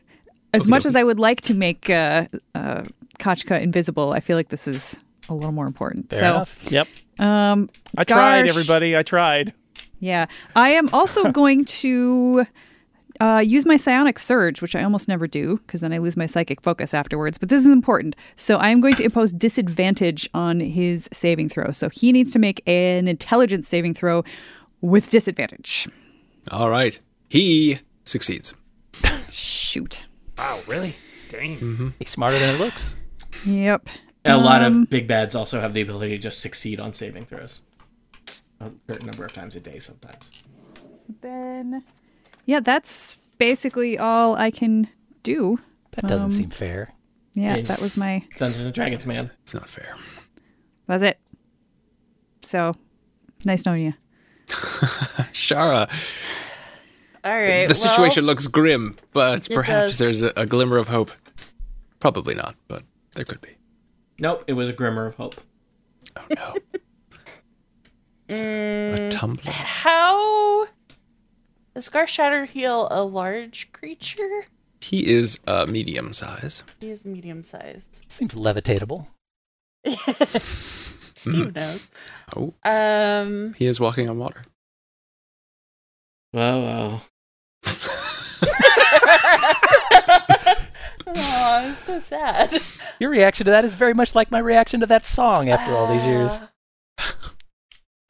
G: as much as I would like to make uh, uh, Kachka invisible, I feel like this is a little more important. so,
E: enough.
A: Yep.
G: um,
A: I tried,
G: Garsh-
A: everybody. I tried.
G: yeah. I am also going to uh, use my psionic surge, which I almost never do because then I lose my psychic focus afterwards. But this is important. So I am going to impose disadvantage on his saving throw. So he needs to make an intelligence saving throw with disadvantage.
B: All right. He succeeds.
G: Shoot.
H: Wow, really? Dang.
B: Mm-hmm.
E: He's smarter than it looks.
G: Yep.
C: A lot of big bads also have the ability to just succeed on saving throws. A certain number of times a day sometimes.
G: Then, yeah, that's basically all I can do.
E: That doesn't seem fair.
G: Yeah,
C: Yeah.
G: that was my.
C: Dungeons and Dragons, man.
B: It's not fair.
G: That's it. So, nice knowing you.
B: Shara,
F: All right.
B: the situation looks grim, but
F: it
B: perhaps
F: does.
B: there's a, a glimmer of hope. Probably not, but there could be.
C: Nope, it was a glimmer of hope.
B: Oh no. It's
F: mm,
B: a, a tumbler.
F: Well, how is Gar Shatterheel a large creature?
B: He is uh, medium size.
F: He is medium sized.
E: Seems levitatable.
F: Steve knows.
B: Oh,
F: Um,
B: he is walking on water.
C: Wow, wow.
F: oh, I'm so sad.
E: Your reaction to that is very much like my reaction to that song after all these years.
F: Ah.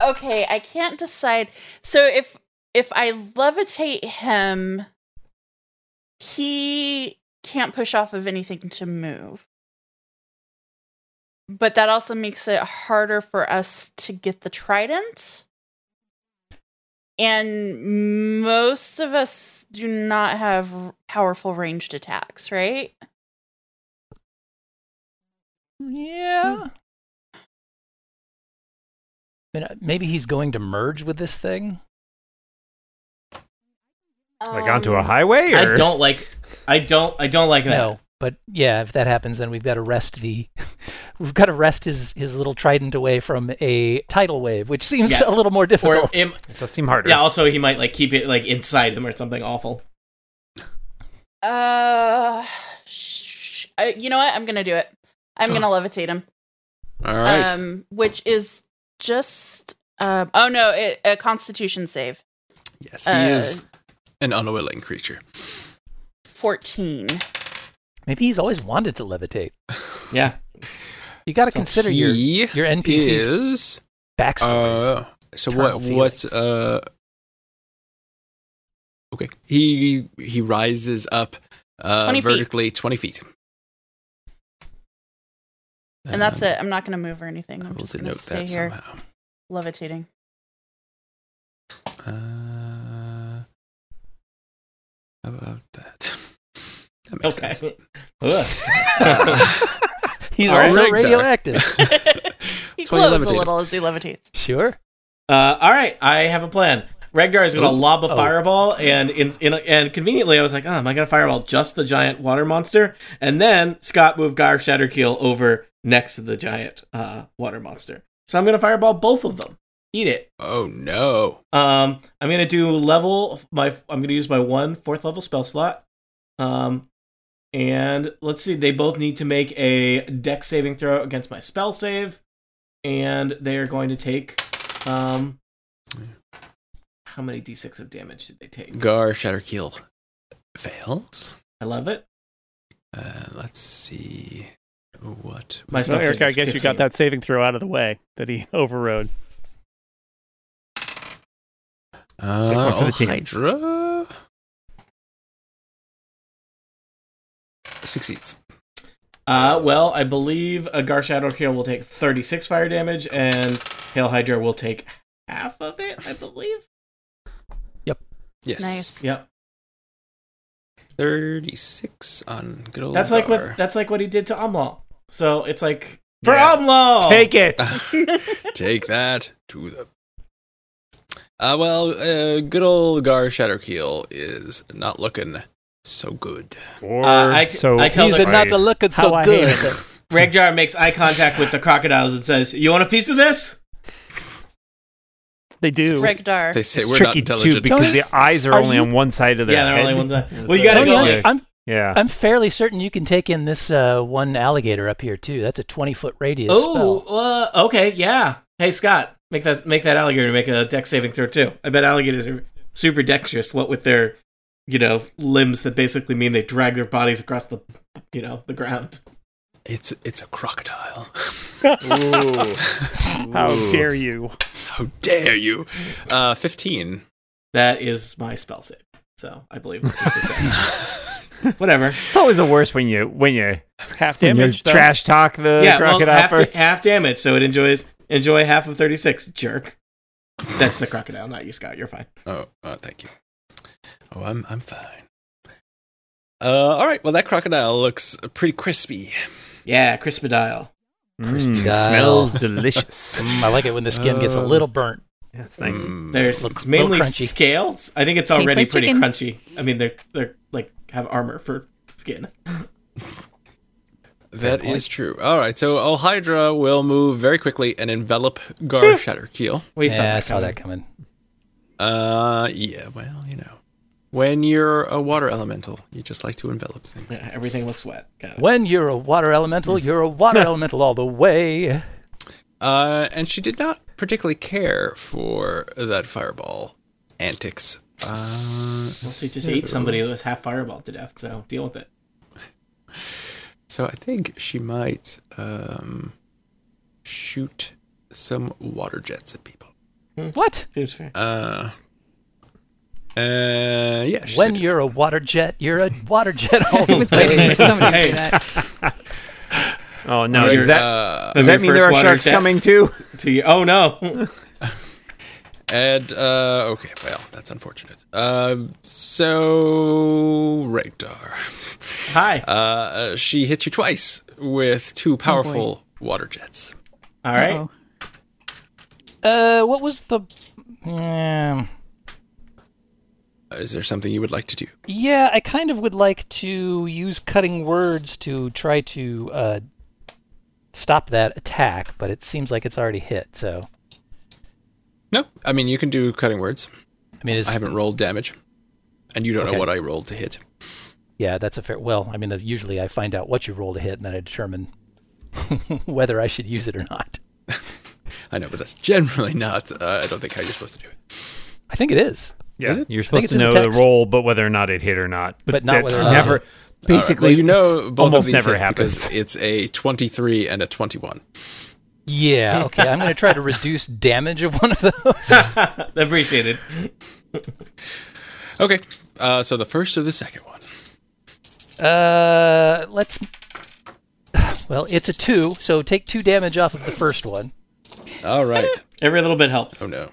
F: okay, I can't decide. So if if I levitate him, he can't push off of anything to move. But that also makes it harder for us to get the trident. And most of us do not have r- powerful ranged attacks, right?
E: Yeah. Hmm. I mean, uh, maybe he's going to merge with this thing.
H: Like onto a
F: Um,
H: highway? Or?
C: I don't like I don't I don't like that.
E: No, but yeah, if that happens, then we've got to rest the, we've got to rest his his little trident away from a tidal wave, which seems
C: Yeah.
E: a little more
C: Or
E: difficult.
C: it,
H: It does seem harder.
C: yeah, also he might like keep it like inside him or something awful.
F: Uh, sh- I, you know what? I'm gonna do it. I'm gonna levitate him.
B: Oh. All right.
F: Um, which is just um. Oh no, it, a Constitution save.
B: yes, he
F: uh,
B: is an unwilling creature.
F: Fourteen.
E: maybe he's always wanted to levitate.
C: Yeah.
E: You got to consider your
B: he
E: your NPC's
B: is.
E: backstories.
B: Uh, so
E: Internal
B: what? What? Uh, okay, he he rises up uh,
F: 20 feet.
B: vertically twenty feet,
F: And that's
B: Um,
F: it. I'm not gonna move or anything.
B: I
F: I'm
B: will
F: just gonna
B: denote
F: stay
B: that
F: here
B: somehow.
F: levitating.
B: Uh, how about that? That makes sense.
C: Okay. Ugh.
E: he's
B: All right.
E: also
B: Rigged, uh,
E: radioactive.
F: he
B: That's why you
F: glows a
B: levitate him.
F: little as he levitates.
E: sure.
C: Uh, all right, I have a plan. Ragnar is going to lob a
E: Oh.
C: fireball, and in, in and conveniently, I was like, "Oh, am I going to fireball just the giant water monster?" And then Scott moved Gar Shatterkeel over next to the giant uh, water monster, so I'm going to fireball both of them. Eat it.
B: Oh no!
C: Um, I'm going to do level my. I'm going to use my one fourth level spell slot. Um, and let's see, they both need to make a deck saving throw against my spell save, and they are going to take um how many d6 of damage did they take?
B: Gar Shatterkeel fails.
C: I love it.
B: Uh, let's see what.
C: My
A: So,
C: spell
A: Eric,
C: save
A: I
C: is
A: guess you got
C: 15.
A: that saving throw out of the way that he overrode.
H: Take
B: Uh,
H: one for the
B: oh,
H: team.
B: Hydra succeeds.
C: Uh, well, I believe a Garshadow Hero will take 36 fire damage, and Hail Hydra will take half of it, I believe.
B: Yes.
F: Nice.
C: Yep.
B: 36 on good old
C: That's like
B: Gar.
C: what that's like what he did to Amlaw. So it's like for
H: Yeah.
C: Amlaw.
H: Take it.
B: Take that to the. Uh, well, uh, good old Gar Shatterkeel is not looking so good.
H: Or
C: Uh, I-
H: so
C: I tell
E: He's
C: the-
E: not looking so
A: How I hate
E: good.
A: it.
C: Regjar makes eye contact with the crocodiles and says, "You want a piece of this?"
A: They do.
F: Regdar.
B: They say
H: it's
B: we're
H: tricky
B: not diligent.
H: too because the eyes are
E: Are
H: only
E: you-
H: on one side of their
C: yeah, they're
H: head.
C: only one time. Well, you gotta
E: Tony,
C: go.
E: I-
C: Like,
E: I'm
H: Yeah.
E: I'm fairly certain you can take in this uh, one alligator up here too. That's a 20 foot radius
C: oh,
E: spell.
C: uh, okay, yeah. Hey, Scott, make that make that alligator make a deck saving throw too. I bet alligators are super dexterous. What with their, you know, limbs that basically mean they drag their bodies across the, you know, the ground.
B: It's it's a crocodile.
A: How
H: Ooh.
A: dare you?
B: How dare you? Uh, 15.
C: That is my spell save. So I believe that's a success. Whatever.
H: It's always the worst when you when you,
A: Half
H: when you
A: damage. though.
H: trash talk the
C: yeah, well,
H: crocodile
C: half,
H: first.
C: half damage, so it enjoys enjoy half of thirty six. Jerk. That's the crocodile, not you, Scott. You're fine.
B: Oh, uh, thank you. Oh, I'm I'm fine. Uh, all right. Well, that crocodile looks pretty crispy.
C: Yeah, crispidile.
H: Mm,
E: Crocodile.
H: smells delicious.
E: Mm, I like it when the skin gets a
B: Uh,
E: little burnt.
H: That's nice.
B: Mm,
C: There's
E: Look-
C: it's mainly
E: little crunchy.
C: scales. I think it's
G: Tastes
C: already
G: like
C: pretty
G: chicken.
C: crunchy. I mean, they're they're like have armor for skin.
B: that is true. All right. So, oh, Hydra will move very quickly and envelop Gar Shatterkeel.
C: We
E: yeah,
C: saw that
E: I saw
C: coming.
E: that coming.
B: Uh, yeah. Well, you know, when you're a water elemental, you just like to envelop things.
C: Yeah, everything looks wet. Got it.
E: When you're a water elemental, you're a water elemental all the way.
B: Uh, and she did not particularly care for that fireball antics. Uh,
C: So you just ate somebody that was half fireballed to death. So deal with it.
B: So I think she might um, shoot some water jets at people.
E: What?
C: Seems fair.
B: Uh, uh, yeah. she
E: When
B: did.
E: you're a water jet, you're a water jet all the
G: I was waiting for somebody to
C: Hey.
G: do that.
H: Oh no,
B: Your,
H: is that
B: uh,
C: Your
H: does that mean
C: first
H: there are
C: water
H: sharks
C: jet
H: coming too?
C: To you. Oh no.
B: and uh, okay, well, that's unfortunate. Um, so Regdar,
C: Hi.
B: uh, she hits you twice with
E: Oh,
B: two powerful water jets.
C: All right.
G: Oh.
E: Uh, what was the? Um,
B: Uh, Is there something you would like to do?
E: yeah, I kind of would like to use cutting words to try to uh, stop that attack, but it seems like it's already hit. So,
B: No, I mean you can do cutting words.
E: I mean, it's,
B: I haven't rolled damage, and you don't know
E: Okay.
B: what I rolled to hit.
E: yeah, that's a fair. Well, I mean, the, usually I find out what you roll to hit, and then I determine whether I should use it or not.
B: I know, but that's generally not. Uh, I don't think how you're supposed to do it.
E: I think it is.
B: Is it?
H: You're supposed
E: it's
H: to
E: in the
H: know the,
E: text.
H: role, but whether or not it hit or not.
E: But not
H: that
E: whether or not-
H: never. Basically,
B: Uh, Well, you know,
H: it's
B: both
H: almost
B: of these
H: never
B: hit
H: happens.
B: because it's a 23 and a 21.
E: Yeah. Okay. I'm going to try to reduce damage of one of those.
C: Appreciated.
B: Okay, uh, so the first or the second one.
E: Uh, let's. Well, it's a two, so take two damage off of the first one.
B: All right.
C: Every little bit helps.
B: oh no.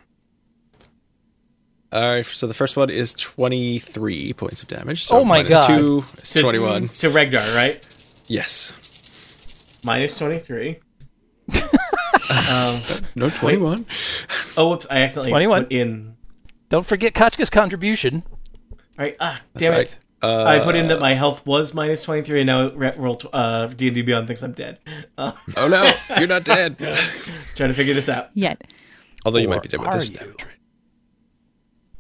B: All right, so the first one is 23 points of damage. So
E: Oh my
B: minus
E: God.
B: two is 21.
C: to Regdar, right?
B: Yes.
C: Minus twenty three.
B: No 21.
C: Oh, whoops! I accidentally
E: 21.
C: put in.
E: Don't forget Kochka's contribution.
C: Right? Ah,
B: That's
C: damn
B: right.
C: it!
B: Uh,
C: I put in that my health was minus twenty three, and now re- roll tw- uh, D and D Beyond thinks I'm dead. Uh,
B: oh no, you're not dead.
C: trying to figure this out.
G: Yet.
B: Although you might be dead with this damage,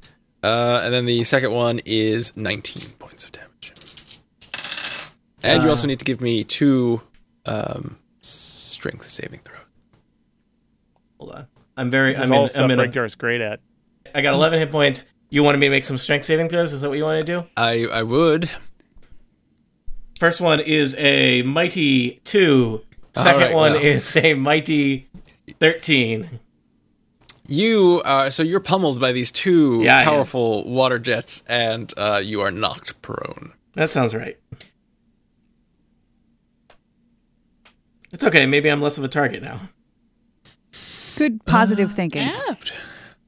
B: right? Uh, and then the second one is 19 points of damage. And you also need to give me two um, strength saving throws.
C: Hold on. I'm very.
A: This
C: I'm
A: is
C: in.
A: all
C: I'm
A: stuff
C: in. a-
A: Regdar is great at.
C: I got eleven hit points. You wanted me to make some strength saving throws. Is that what you want to do?
B: I, I would.
C: First one is a mighty two. Second
B: right,
C: one
B: well.
C: is a mighty thirteen.
B: You uh, so you're pummeled by these two
C: Yeah, I am.
B: powerful water jets, and uh, you are knocked prone.
C: That sounds right. It's okay. Maybe I'm less of a target now.
G: Good
C: Uh,
G: positive thinking.
F: Yeah.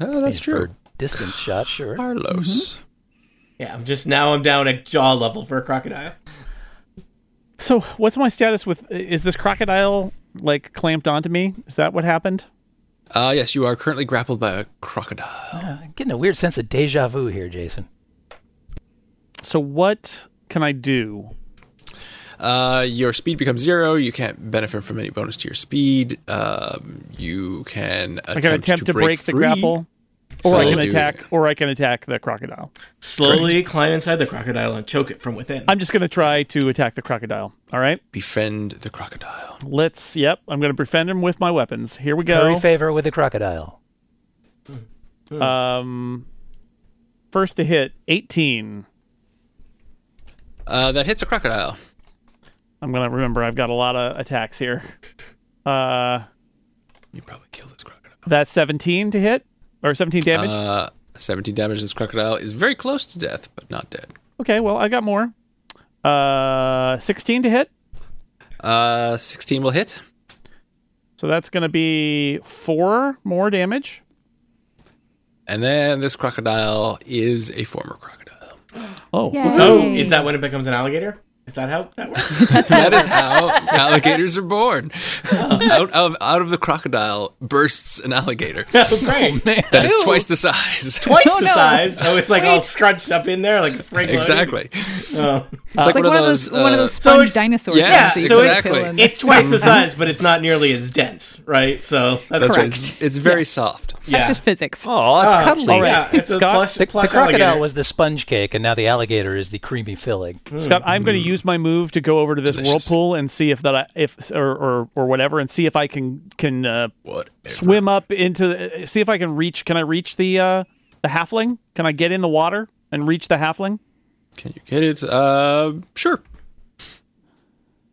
B: Oh, that's true.
E: Distance shot, sure.
B: Carlos.
C: Yeah, I'm just now I'm down at jaw level for a crocodile.
A: So, what's my status with? Is this crocodile like clamped onto me? Is that what happened?
B: Uh, yes, you are currently grappled by a crocodile.
E: I'm Uh, getting a weird sense of deja vu here, Jason.
A: So, what can I do?
B: Uh, your speed becomes zero. You can't benefit from any bonus to your speed. Um, you can attempt,
A: I can attempt to, break, the
B: free.
A: grapple, or
B: So
A: I can
B: do-
A: attack, or I can attack the crocodile.
C: Slowly climb inside the crocodile and choke it from within.
A: I'm just going to try to attack the crocodile. All right,
B: Befriend the crocodile.
A: let's. Yep, I'm going to befriend him with my weapons. Here we
E: Curry
A: go.
E: favor with a crocodile.
A: Um, first to hit 18.
B: Uh, that hits a crocodile.
A: I'm going to remember I've got a lot of attacks here. Uh,
B: You probably killed this crocodile.
A: that's 17 to hit or 17 damage.
B: Uh, 17 damage. This crocodile is very close to death, but not dead.
A: okay, well, I got more. Uh, 16 to hit.
B: Uh, 16 will hit.
A: So that's going to be 4 more damage.
B: And then this crocodile is a former crocodile.
A: Oh.
G: Yay.
C: oh, is that when it becomes an alligator? Is that how that works?
B: That is how alligators are born.
A: Oh.
B: out of out of the crocodile bursts an alligator
C: oh, great.
B: that is twice the size.
C: Twice the size. Oh, it's like all scrunched up in there, like spring loaded.
B: exactly.
C: Oh.
G: It's like one of those, one of
B: uh,
G: those
C: so
G: sponge
C: it's-
G: dinosaurs.
B: yeah,
G: that you
B: so
G: can
B: it's-
G: kill
B: exactly.
G: in-
C: It's twice the size, but it's not nearly as dense, right? So that's
B: That's right.
G: Correct.
B: It's, it's very soft.
G: That's
C: Yeah.
G: just physics.
H: Oh, that's
C: Ah,
H: cuddly.
C: Yeah, it's a
A: Scott,
C: plush,
E: The, the
C: plush
E: crocodile
C: alligator.
E: was the sponge cake, and now the alligator is the creamy filling.
A: Scott, I'm going to use my move to go over to this
B: Hmm. Delicious.
A: whirlpool and see if that I, if or, or or whatever and see if I can can uh,
B: What?
A: swim up into the, see if I can reach can I reach the uh the halfling? Can I get in the water and reach the halfling?
B: Can you get it? Uh, sure.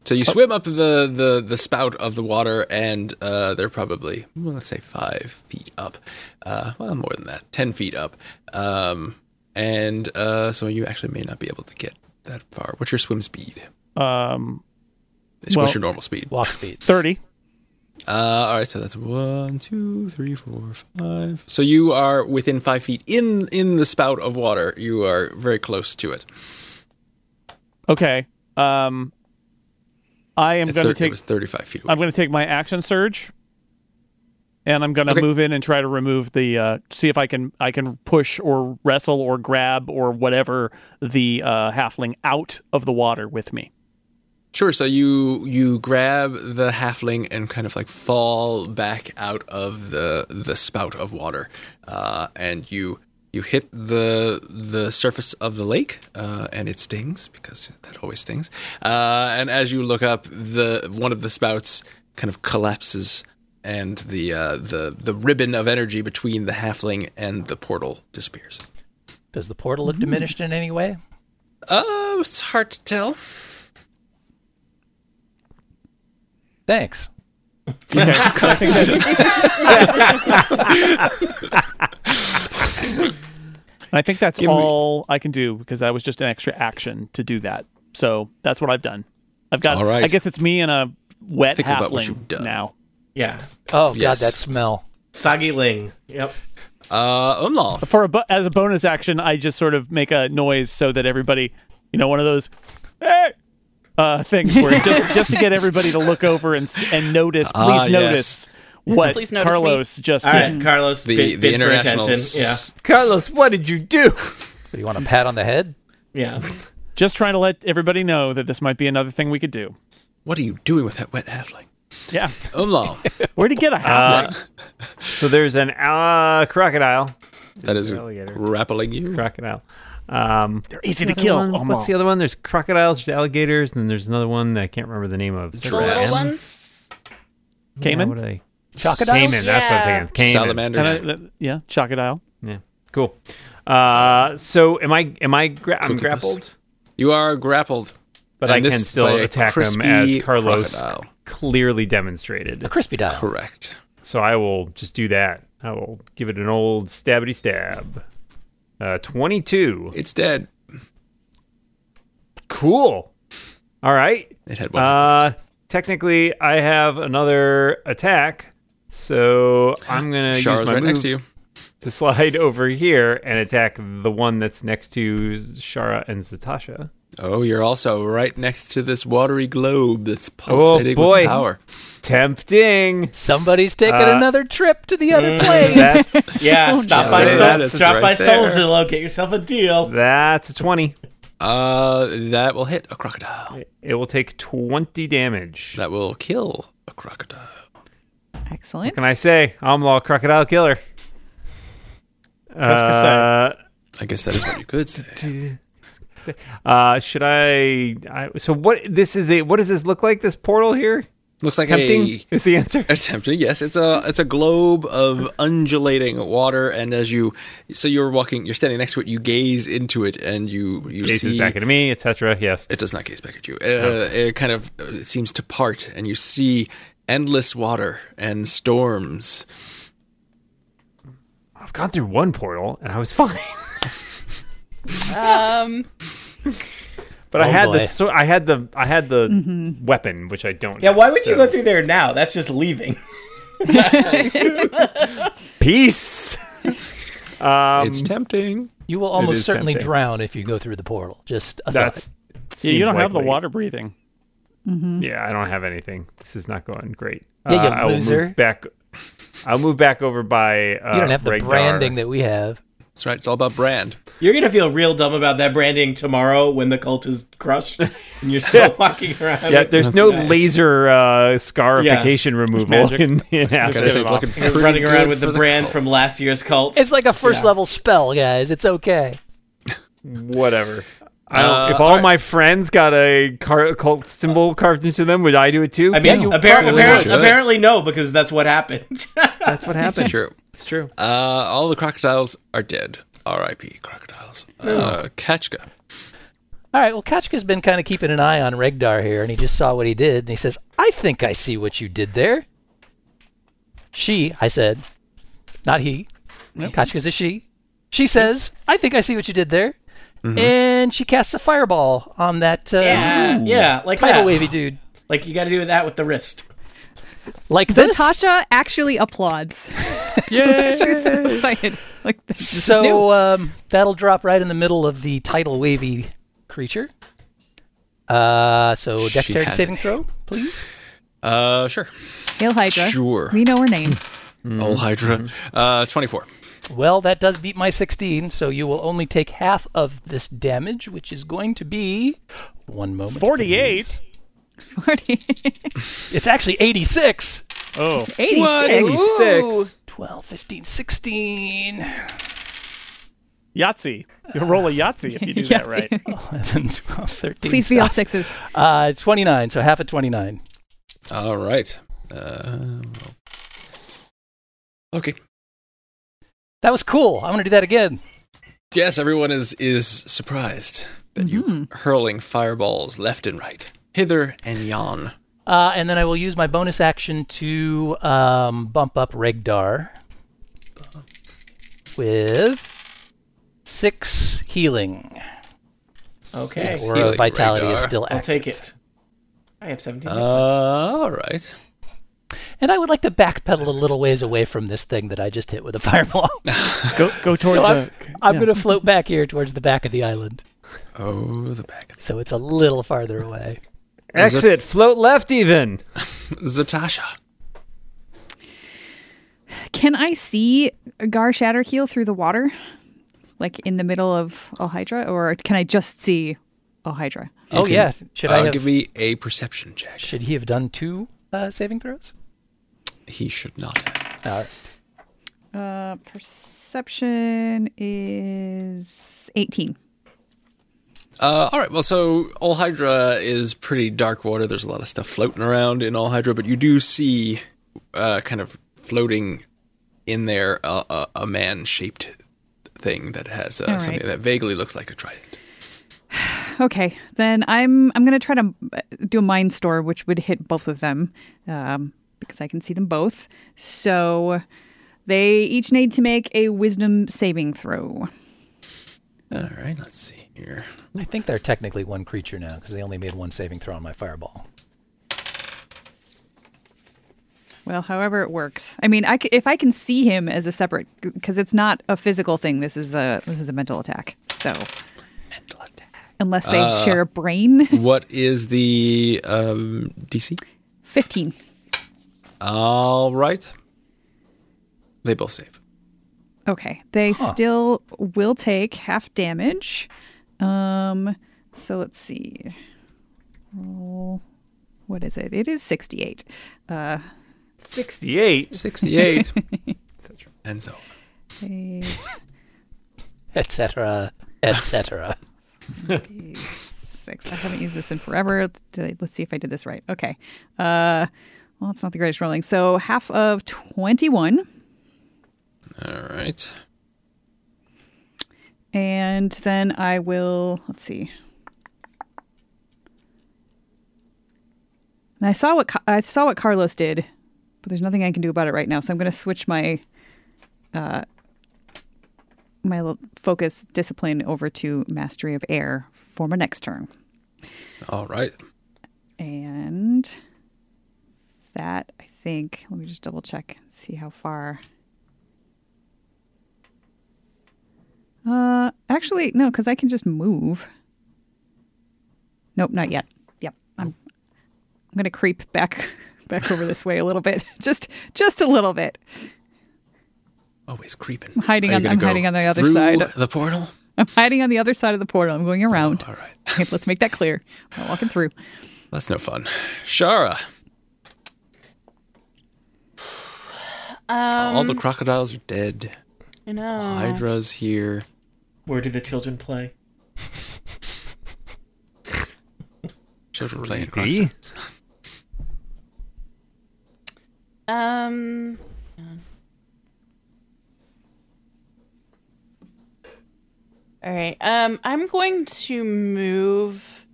B: So you swim up the, the, the spout of the water, and uh, they're probably well, let's say five feet up. Uh, well, more than that, ten feet up. Um, and uh, so you actually may not be able to get that far. What's your swim speed?
A: Um
B: It's
A: Well-
B: what's your normal speed?
E: Walk speed.
A: 30.
B: Uh, all right, so that's one, two, three, four, five. So you are within five feet in in the spout of water. You are very close to it.
A: Okay. Um I am
B: It's
A: going to
B: thir- it
A: take
B: was thirty-five feet. Away.
A: I'm going to take my action surge and I'm going to
B: Okay.
A: move in and try to remove the uh see if I can I can push or wrestle or grab or whatever the uh halfling out of the water with me.
B: Sure. So you you grab the halfling and kind of like fall back out of the the spout of water, uh, and you you hit the the surface of the lake, uh, and it stings because that always stings. Uh, and as you look up, the one of the spouts kind of collapses, and the uh, the the ribbon of energy between the halfling and the portal disappears.
E: Does the portal look diminished in any way?
B: Oh, it's hard to tell.
E: Thanks.
A: Okay. so I think that's- And I think that's
B: Give me-
A: all I can do because that was just an extra action to do that. So that's what I've done. I've got.
B: All right.
A: I guess it's me and a wet
B: Think about what
A: halfling
B: you've done.
A: now.
C: Yeah.
E: Oh
B: Yes.
E: God, that smell.
C: Soggy Ling. Yep.
B: Uh, Umlaw.
A: For a bu- as a bonus action, I just sort of make a noise so that everybody, you know, one of those hey uh, things where it's just just to get everybody to look over and s- and notice. Please
B: Ah,
A: notice what
F: Please notice me.
A: Carlos just
C: All
A: did.
C: right, Carlos.
B: The
C: bid,
B: the
C: bid for
B: international.
C: attention. Yeah.
B: s-
H: Carlos, what did you do?
E: Do you want a pat on the head?
C: Yeah.
A: Just trying to let everybody know that this might be another thing we could do.
B: What are you doing with that wet halfling?
A: Yeah,
B: Umlaw.
A: where'd he get a halfling?
H: So there's an uh, crocodile.
B: That is
H: Alligator.
B: grappling you.
H: Crocodile. Um,
A: They're easy
H: the other one- what's the other one? There's crocodiles, there's alligators, and then there's another one that I can't remember the name of.
F: The little
B: Giraffes.
F: ones.
A: Cayman?
H: Yeah, what are they?
E: Crocodile.
H: Cayman. That's what
F: Yeah.
H: I'm thinking. Cayman.
B: Salamanders.
A: And I- th- yeah, crocodile.
H: Yeah. Cool. Uh, so am I? Am I? Gra- I'm
B: Crocopus.
H: grappled,
B: you are grappled.
H: but
B: And
H: I can
B: this
H: still
B: by a
H: attack him
B: crispy
H: as Carlos
B: crocodile.
H: clearly demonstrated.
E: A crispy dial.
B: Correct.
H: So I will just do that. I will give it an old stabity stab. Uh, 22.
B: It's dead.
H: Cool. All right.
B: It had one.
H: Uh, technically, I have another attack, so I'm gonna use
B: Shara's
H: my
B: right next
H: move
B: to you.
H: to slide over here and attack the one that's next to Shara and Zatasha.
B: Oh, you're also right next to this watery globe that's pulsating
H: Oh, boy.
B: with power.
H: Tempting.
E: Somebody's taking
H: Uh, mm,
E: another trip to the other plane.
H: That's
C: Yeah, stop
B: just
C: by
B: say that,
C: Sol-
B: it's
C: stop
B: right
C: by
B: there.
C: Solzillo, get yourself a deal.
H: that's a twenty.
B: Uh, that will hit a crocodile.
H: It will take twenty damage.
B: That will kill a crocodile.
G: Excellent.
H: Can I say I'm law crocodile killer?
A: Kaskasai.
B: I guess that is what you could say.
H: Uh, should I, I? So what? This is a. What does this look like? This portal here?
B: Looks like
H: Tempting
B: a
H: is the answer.
B: Attempting, yes. It's a it's a globe of undulating water, and as you so you're walking, you're standing next to it. You gaze into it, and you you
H: Faces
B: see
H: back at me, etc. Yes.
B: it does not gaze back at you. Uh, It kind of uh, it seems to part, and you see endless water and storms.
H: I've gone through one portal and I was fine.
F: Um,
H: But I
E: Oh,
H: had
E: boy.
H: the so I had the I had the weapon, which I don't.
C: Yeah,
H: have,
C: why would you
H: so-
C: go through there now? That's just leaving.
H: peace? um,
B: it's tempting.
E: you will almost
H: is
E: certainly
H: tempting.
E: drown if you go through the portal. Just a thought.
H: that's.
A: Yeah, you
H: seems
A: don't have the
H: likely.
A: water breathing.
H: Yeah, I don't have anything. This is not going great. Uh,
E: Yeah, you
H: I will move
E: loser.
H: back. I'll move back over by. Uh,
E: You don't have the
H: Regdar.
E: branding that we have.
B: That's right. It's all about brand.
C: You're gonna feel real dumb about that branding tomorrow when the cult is crushed and you're still walking around.
H: Yeah, there's
B: That's
H: no
B: nice.
H: laser uh, scarification removal
A: magic.
H: in, in
B: Gotta say,
H: Afterlife.
B: it's looking
C: You're
B: pretty
C: running around
B: good
C: with
B: for
C: the brand
B: cult.
C: from last year's cult.
E: It's like a first level spell, guys. It's okay.
H: Whatever. I don't,
B: Uh,
H: if all
B: alright.
H: my friends got a car- cult symbol carved into them, would I do it too?
C: I mean,
E: Yeah, you
C: appar-
E: probably
C: appar-
B: should.
C: apparently no, because that's what happened.
H: that's what happened.
B: It's true.
H: It's true.
B: Uh, all the crocodiles are dead. R.I.P. Crocodiles. Uh, Kachka.
E: All right, well, Kachka's been kind of keeping an eye on Regdar here, and he just saw what he did, and he says, I think I see what you did there. She, I said, not he. Kachka's a she. She says, I think I see what you did there.
H: Mm-hmm.
E: And she casts a fireball on that uh,
C: yeah, yeah, like
E: tidal
C: that.
E: wavy dude.
C: Like you got to do that with the wrist.
E: Like this.
G: Zatasha actually applauds. She's so excited. Like this is new.
E: So um, that'll drop right in the middle of the tidal wavy creature. Uh, so
B: She
E: dexterity
B: has
E: saving
B: a
E: throw, please.
B: Uh, sure.
G: Hail Hydra.
B: Sure.
G: We know her name.
B: Old Hydra.
E: Mm-hmm.
B: Uh, 24.
E: Well, that does beat my 16, so you will only take half of this damage, which is going to be one moment.
A: 48?
E: please. It's actually 86.
A: Oh,
G: 86. Ooh.
H: 86.
E: 12, 15, 16.
A: Yahtzee. You'll roll a Yahtzee if you do that
G: Yahtzee.
A: right.
E: 11, 12, 13.
G: Please be all
E: Stop.
G: sixes.
E: Uh, 29, so half of 29.
B: All right. Uh, okay.
E: That was cool. I'm going to do that again.
B: Yes, everyone is is surprised that you
E: Mm-hmm.
B: hurling fireballs left and right, hither and yon.
E: Uh, and then I will use my bonus action to um, bump up Regdar with six healing.
C: Okay,
E: Or
B: healing,
E: vitality is
B: Regdar.
E: still
C: I'll
E: active.
C: take it. I have 17.
B: Uh, all right.
E: And I would like to backpedal a little ways away from this thing that I just hit with a fireball.
A: Go, go toward
E: So I'm,
A: the.
E: I'm
A: yeah.
E: going to float back here towards the back of the island,
B: Oh, the back.
E: so it's a little farther away.
H: Exit. Float left. Even.
B: Zatasha.
G: Can I see Gar Shatterkeel through the water? Like in the middle of Al Hydra? Or can I just see Al Hydra?
B: You
E: oh
B: can,
E: yeah, should I
B: uh,
E: have,
B: give me a perception check?
E: should he have done two uh, saving throws?
B: He should not. have.
E: All right.
G: Uh, perception is 18.
B: Uh, all right. Well, so All Hydra is pretty dark water. There's a lot of stuff floating around in All Hydra, but you do see, uh, kind of floating in there, uh, a, a man-shaped thing that has uh,
G: All right.
B: something that vaguely looks like a trident.
G: Okay, then I'm I'm gonna try to uh, do a mind store, which would hit both of them, um, because I can see them both. So they each need to make a wisdom saving throw.
B: All right, let's see here.
E: I think they're technically one creature now because they only made one saving throw on my fireball.
G: Well, however it works. I mean, I c- if I can see him as a separate, because it's not a physical thing. This is a this is a mental attack. So, unless they share a brain,
B: What is the um, DC?
G: fifteen.
B: All right. They both save.
G: Okay, they still will take half damage. Um, so let's see. Roll. What is it? It is sixty-eight. Uh,
H: 68.
B: 68. and so.
G: they
E: etc., etc.
G: six. I haven't used this in forever. Did I- Let's see if I did this right. Okay. Uh, well, it's not the greatest rolling. So half of 21,
B: All right.
G: and then I will, let's see. And I saw what Ca- I saw what Carlos did, but there's nothing I can do about it right now. So I'm going to switch my uh, my l- focus discipline over to mastery of air for my next turn.
B: All right.
G: And that, I think, let me just double check, see how far. Uh, actually, no, because I can just move. Nope, not yet. Yep, I'm. I'm gonna creep back, back over this way a little bit, just, just a little bit.
B: Always creeping.
G: hiding
B: Are you
G: on-
B: gonna
G: I'm
B: go
G: hiding on the other
B: through
G: side.
B: The portal?
G: I'm hiding on the other side of the portal. I'm going around.
B: All right.
G: Okay, let's make that clear. I'm not walking through.
B: That's no fun. Shara.
C: Um,
B: All the crocodiles are dead.
F: I know.
B: Hydra's here.
C: Where do the children play?
B: Children playing
H: Creepy.
B: crocodiles.
F: Um. hang on. All right. Um, I'm going to move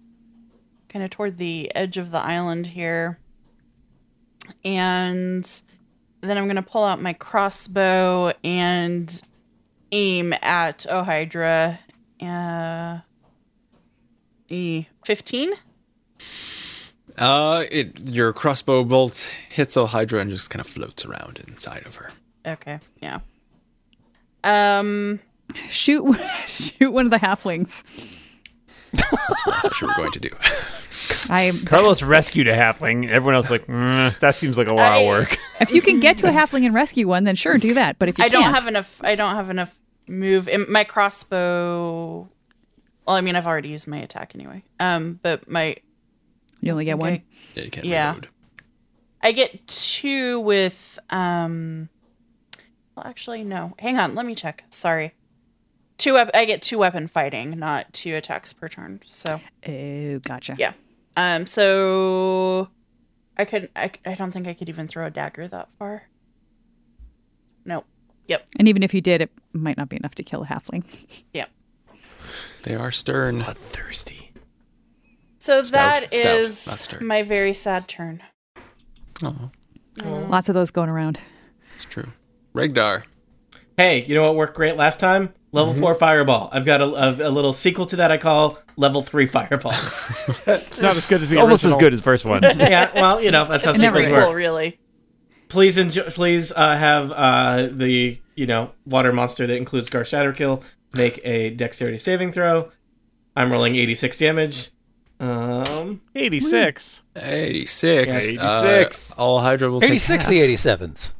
F: kind of toward the edge of the island here, and then I'm going to pull out my crossbow and aim at Ohydra. Uh, e fifteen.
B: Uh, it, your crossbow bolt hits Hydra and just kind of floats around inside of her.
F: Okay. Yeah. Um.
G: Shoot, shoot one of the halflings.
B: That's what you were going to do.
G: I am
H: Carlos rescued a halfling. Everyone else like, mm, that seems like a lot
F: I-
H: of work.
G: If you can get to a halfling and rescue one, then sure, do that. But if you
F: I don't
G: can't,
F: have enough. I don't have enough move. And my crossbow. Well, I mean, I've already used my attack anyway. Um, but my
G: you only get one.
F: I,
B: Yeah, you can't
F: Yeah.
B: reload.
F: I get two with um. Well, actually, no. Hang on. Let me check. Sorry. Two. wep- I get two weapon fighting, not two attacks per turn. So
G: Oh, gotcha.
F: yeah. Um. So I could. I. I don't think I could even throw a dagger that far. Nope. Yep.
G: And even if you did, it might not be enough to kill a halfling.
F: Yep.
B: They are stern.
E: Thirsty.
F: So
B: Stout,
F: that
B: stout,
F: is
B: not stirred.
F: my very sad turn.
B: Oh,
G: Lots of those going around.
B: it's true. Regdar.
C: Hey, you know what worked great last time? Level four fireball. I've got a, a, a little sequel to that I call level three fireball.
A: It's not as good as the
H: It's almost as
A: original.
H: good as the first one.
C: yeah, well, you know that's how
G: Never
C: sequels
G: is.
C: work.
F: Well, really.
C: Please enjoy. Please uh, have uh, the you know water monster that includes Gar Shatterkill make a dexterity saving throw. I'm rolling 86 damage. Um,
A: 86.
B: 86.
H: Yeah, 86.
B: Uh, all Hydra will take
E: 86 the
B: half.
E: 87s.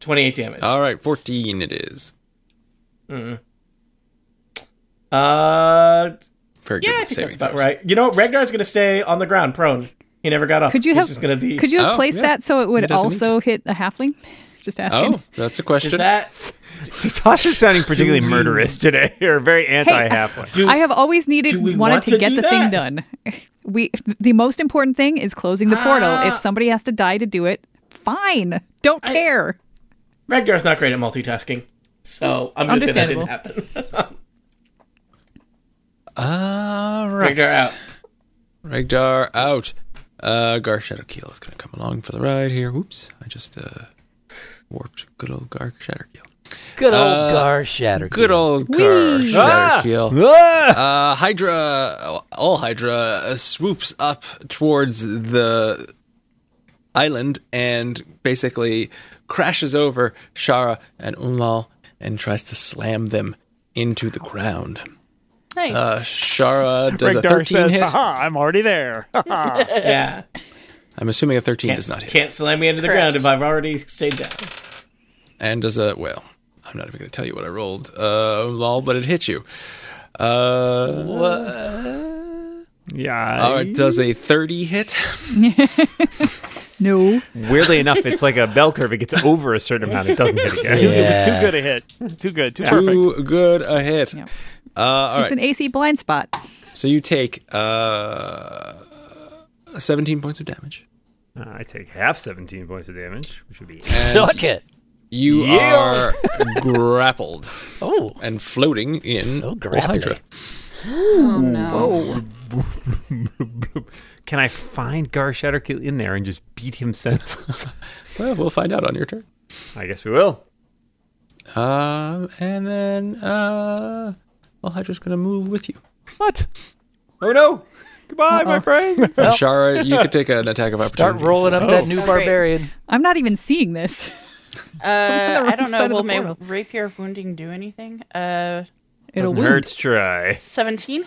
C: 28 damage.
B: All right, 14 it is.
C: Uh,
B: Very
C: yeah,
B: good.
C: I
B: with
C: think that's
B: saving
C: about
B: throws.
C: right. You know, Regdar's gonna stay on the ground, prone. He never got up.
G: Could you
C: He's
G: have-
C: just gonna be?
G: Could you have
B: Oh,
G: placed
B: yeah.
G: that so it
B: It
G: would
B: doesn't need
G: also hit a halfling? Just asking.
B: Oh, that's a
C: is
B: question.
C: that?
H: Tasha's sounding particularly murderous today, or very anti-halfling.
C: Do,
G: I have always needed
C: do we
G: wanted
C: want
G: to,
C: to
G: get
C: do
G: the
C: that?
G: thing done. We the most important thing is closing the portal.
F: Ah.
G: If somebody has to die to do it, fine. Don't care.
C: Regdar's not great at multitasking, so I'm gonna say that didn't happen.
B: All right.
C: Regdar out.
B: Regdar out. Uh, Gar Shadowkeel is going to come along for the ride here. Whoops. I just uh, warped good old Gar Shadowkeel.
E: Good old
B: Uh,
E: Gar Shatter.
B: Good old Gar Shadowkeel.
H: Ah!
B: Uh, Hydra, all Hydra, uh, swoops up towards the island and basically crashes over Shara and Umlal and tries to slam them into the ground.
F: Nice.
B: Uh, Shara does a
A: Regdar
B: 13
A: says,
B: hit.
A: "Haha, I'm already there."
C: Yeah.
B: I'm assuming a 13
C: Can't,
B: does not hit.
C: can't slam me into the
F: Correct.
C: ground if I've already stayed down.
B: and does a well. I'm not even going to tell you what I rolled, uh, lol, but it hit you. Uh,
H: Yeah.
B: oh, it does a 30 hit.
G: No.
H: Weirdly enough, it's like a bell curve. It gets over a certain amount, it doesn't hit again.
A: Too- It was
E: Yeah.
A: too good a hit. Too good. Too perfect.
B: Too good a hit.
G: Yep.
B: Uh, all
G: It's
B: right.
G: an AC blind spot.
B: so you take uh, 17 points of damage.
H: Uh, I take half 17 points of damage, which would be.
E: Suck it.
B: You
H: Yeah.
B: are grappled
E: Oh,
B: and floating in
E: So
B: Wall Hydra.
E: grapply.
H: Can I find Gar Shatterkill in there and just beat him senseless?
B: Well, we'll find out on your turn.
H: I guess we will.
B: Um, and then uh, Wall Hydra's going to move with you.
E: what?
H: Oh no! Goodbye, my friend!
B: And Shara, you could take an attack of opportunity.
E: Start rolling up that new
F: Oh, great.
E: barbarian.
G: I'm not even seeing this.
F: Uh, I
G: wrong
F: don't
G: side
F: know.
G: of the
F: Will my
G: portal.
F: rapier of wounding do anything? Uh,
G: It'll
H: Doesn't
G: wound.
H: hurt to try.
F: 17?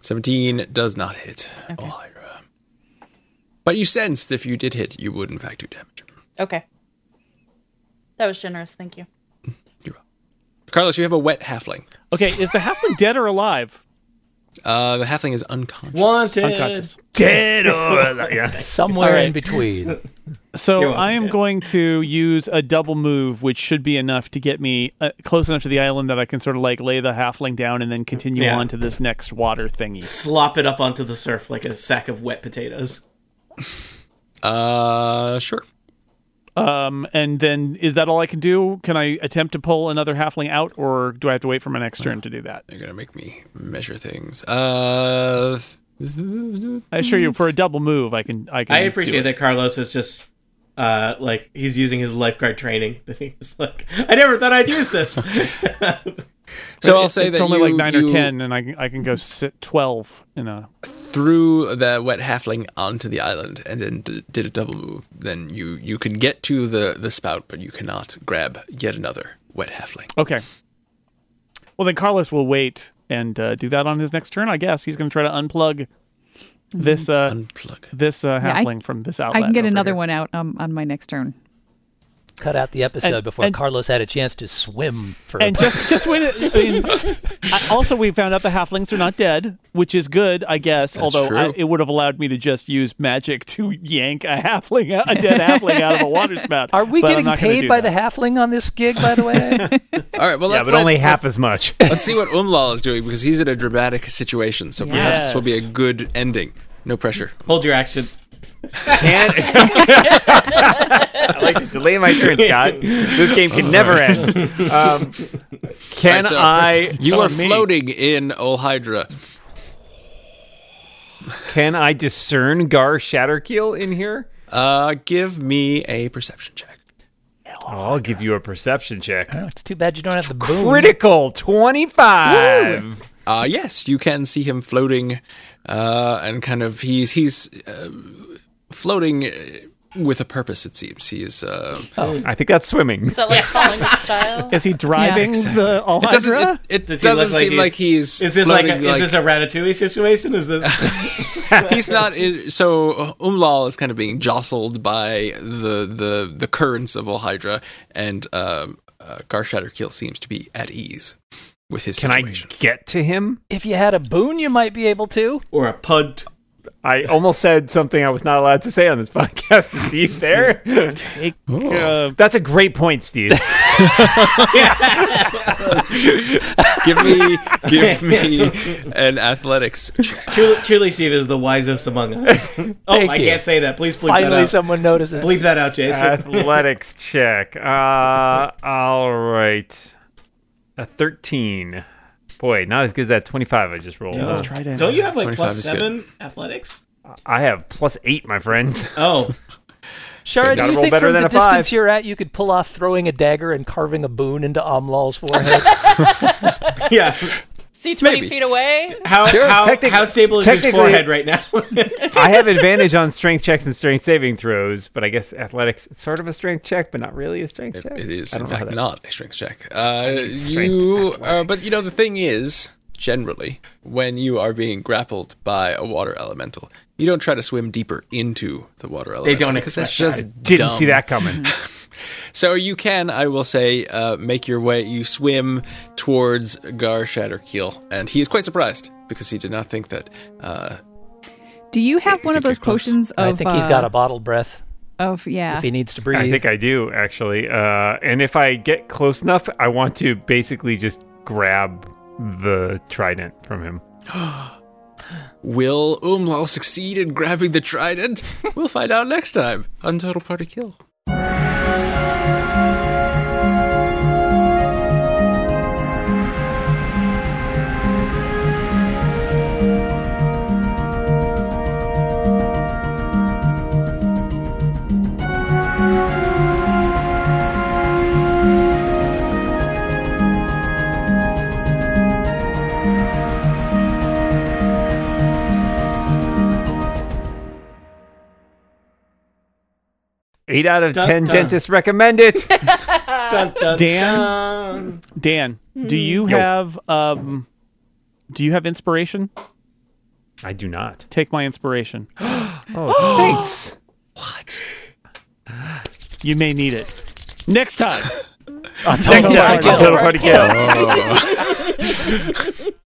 B: 17 does not hit Elira. But you sensed if you did hit, you would in fact do damage.
F: Okay. That was generous. Thank you.
B: You're up. Carlos, you have a wet halfling.
A: Okay, is the halfling dead or alive?
B: Uh, the halfling is unconscious.
C: Wanted.
A: Unconscious.
H: Dead or alive. Yeah.
E: Somewhere
A: All
E: in
A: right.
E: between.
A: So
C: You're welcome,
A: I am
C: Dan.
A: going to use a double move, which should be enough to get me uh, close enough to the island that I can sort of like lay the halfling down and then continue
C: Yeah.
A: on to this next water thingy.
C: Slop it up onto the surf like a sack of wet potatoes.
B: Uh, sure.
A: Um, and then is that all I can do? Can I attempt to pull another halfling out, or do I have to wait for my next turn to do that?
B: You're going to make me measure things. Uh,
A: I assure you, for a double move, I can. I can.
C: I
A: do
C: appreciate
A: it.
C: that Carlos is just uh like he's using his lifeguard training. He's like, I never thought I'd use this.
B: so I'll say
A: it's
B: that
A: only
B: you,
A: like nine
B: you
A: or ten, and I can I can go sit twelve. You know,
B: threw the wet halfling onto the island and then d- did a double move. Then you, you can get to the, the spout, but you cannot grab yet another wet halfling.
A: okay. Well, then Carlos will wait and uh, do that on his next turn. I guess he's going to try to unplug this uh,
B: Unplug.
A: this uh,
G: Yeah, I-
A: halfling from this outlet.
G: I can get
A: over
G: another
A: here.
G: one out um, on my next turn.
E: Cut out the episode
A: And-
E: before
A: and-
E: Carlos had a chance to swim for
A: And
E: a
A: just just wait. a- I mean, I- also, we found out the halflings are not dead, which is good, I guess. although I,
B: true.
A: it would have allowed me to just use magic to yank a halfling, out- a dead halfling out of the water spout.
E: Are we
A: but I'm
E: getting
A: not gonna
E: paid
A: do
E: by
A: that.
E: the halfling on this gig, by the way?
B: All right, well,
H: Yeah,
B: let's
H: but
B: let-
H: only half as much.
B: Let's see what Umlal is doing because he's in a dramatic situation. So perhaps this will be a good ending. No pressure.
C: Hold your action.
H: And I like to delay my turn, Scott. This game can never end. Um,
B: Alright,
H: can
B: so
H: I?
B: You are
H: Tell me.
B: floating in Ol Hydra.
H: Can I discern Gar Shatterkeel in here?
B: Uh, give me a perception check.
H: Oh, I'll give you a perception check.
E: Oh, it's too bad you don't have the boom.
H: Critical twenty-five.
B: Uh, yes, you can see him floating, uh, and kind of he's he's uh, floating uh, with a purpose. It seems he is. Uh,
H: I think that's swimming.
F: Is that like falling with style?
A: Is he driving the all
B: it doesn't. It, it
C: Does he look
B: doesn't
C: like
B: seem
C: he's-
B: like he's.
C: Is this like, a,
B: floating
C: is this a ratatouille situation? Is this
B: he's not in, so uh, Umlal is kind of being jostled by the the the currents of Olhydra, and um, uh, Garshatterkeel seems to be at ease with his
H: Can I
B: situation.
H: get to him?
E: If you had a boon, you might be able to.
C: or a pud?
H: I almost said something I was not allowed to say on this podcast. Steve, there. That's a great point, Steve.
B: give me give me an athletics check.
C: Truly, truly, Steve is the wisest among us. oh,
E: Thank
C: I
E: you.
C: can't say that. Please bleep that
E: Finally,
C: out.
E: someone notices.
C: bleep that out, Jason.
H: Athletics check. Uh, all right. A 13. Boy, not as good as that 25 I just rolled. huh?
C: Don't you have like
B: 25
C: plus
B: is good.
C: seven athletics?
H: I have plus 8, my friend.
C: Oh,
E: Shara, do
H: Gotta
E: you
H: roll
E: think
H: better
E: from
H: than
E: the
H: a five.
E: distance you're at, you could pull off throwing a dagger and carving a boon into Omlal's forehead?
C: yeah.
F: See, twenty
B: Maybe.
F: feet away.
C: How how, how stable is his
H: technically-
C: forehead right now?
H: I have advantage on strength checks and strength saving throws, but I guess athletics it's sort of a strength check, but not really a strength check.
B: It is,
H: I
B: in
H: don't know how
B: fact,
H: that-
B: not a strength check. Uh, you, uh, but you know, the thing is, generally, when you are being grappled by a water elemental, you don't try to swim deeper into the water elemental.
C: don't
B: because that's
C: expect
B: just
H: Didn't see
B: dumb.
H: that coming.
B: So you can, I will say, uh, make your way. You swim towards Gar Shatterkeel, and he is quite surprised because he did not think that. Uh,
G: Do you have one
B: you
G: of those
B: get close.
G: potions
E: I
G: of?
E: think he's
G: uh,
E: got a bottled breath
G: Of yeah.
E: if he needs to
H: I
E: breathe.
H: think I do actually. Uh, and if I get close enough, I want to basically just grab the trident from him.
B: will Umlal succeed in grabbing the trident? we'll find out next time on Total Party Kill.
H: Eight out of
C: Dun,
H: ten
C: dun.
H: dentists recommend it.
C: Dun, dun,
A: Dan?
C: dun.
A: Dan, do you
H: Yo.
A: have um, do you have inspiration?
H: I do not.
A: Take my inspiration.
H: Oh, thanks.
A: You may need it next time.
H: Next
A: Total
H: time,
A: Party
H: on Total Party Kill.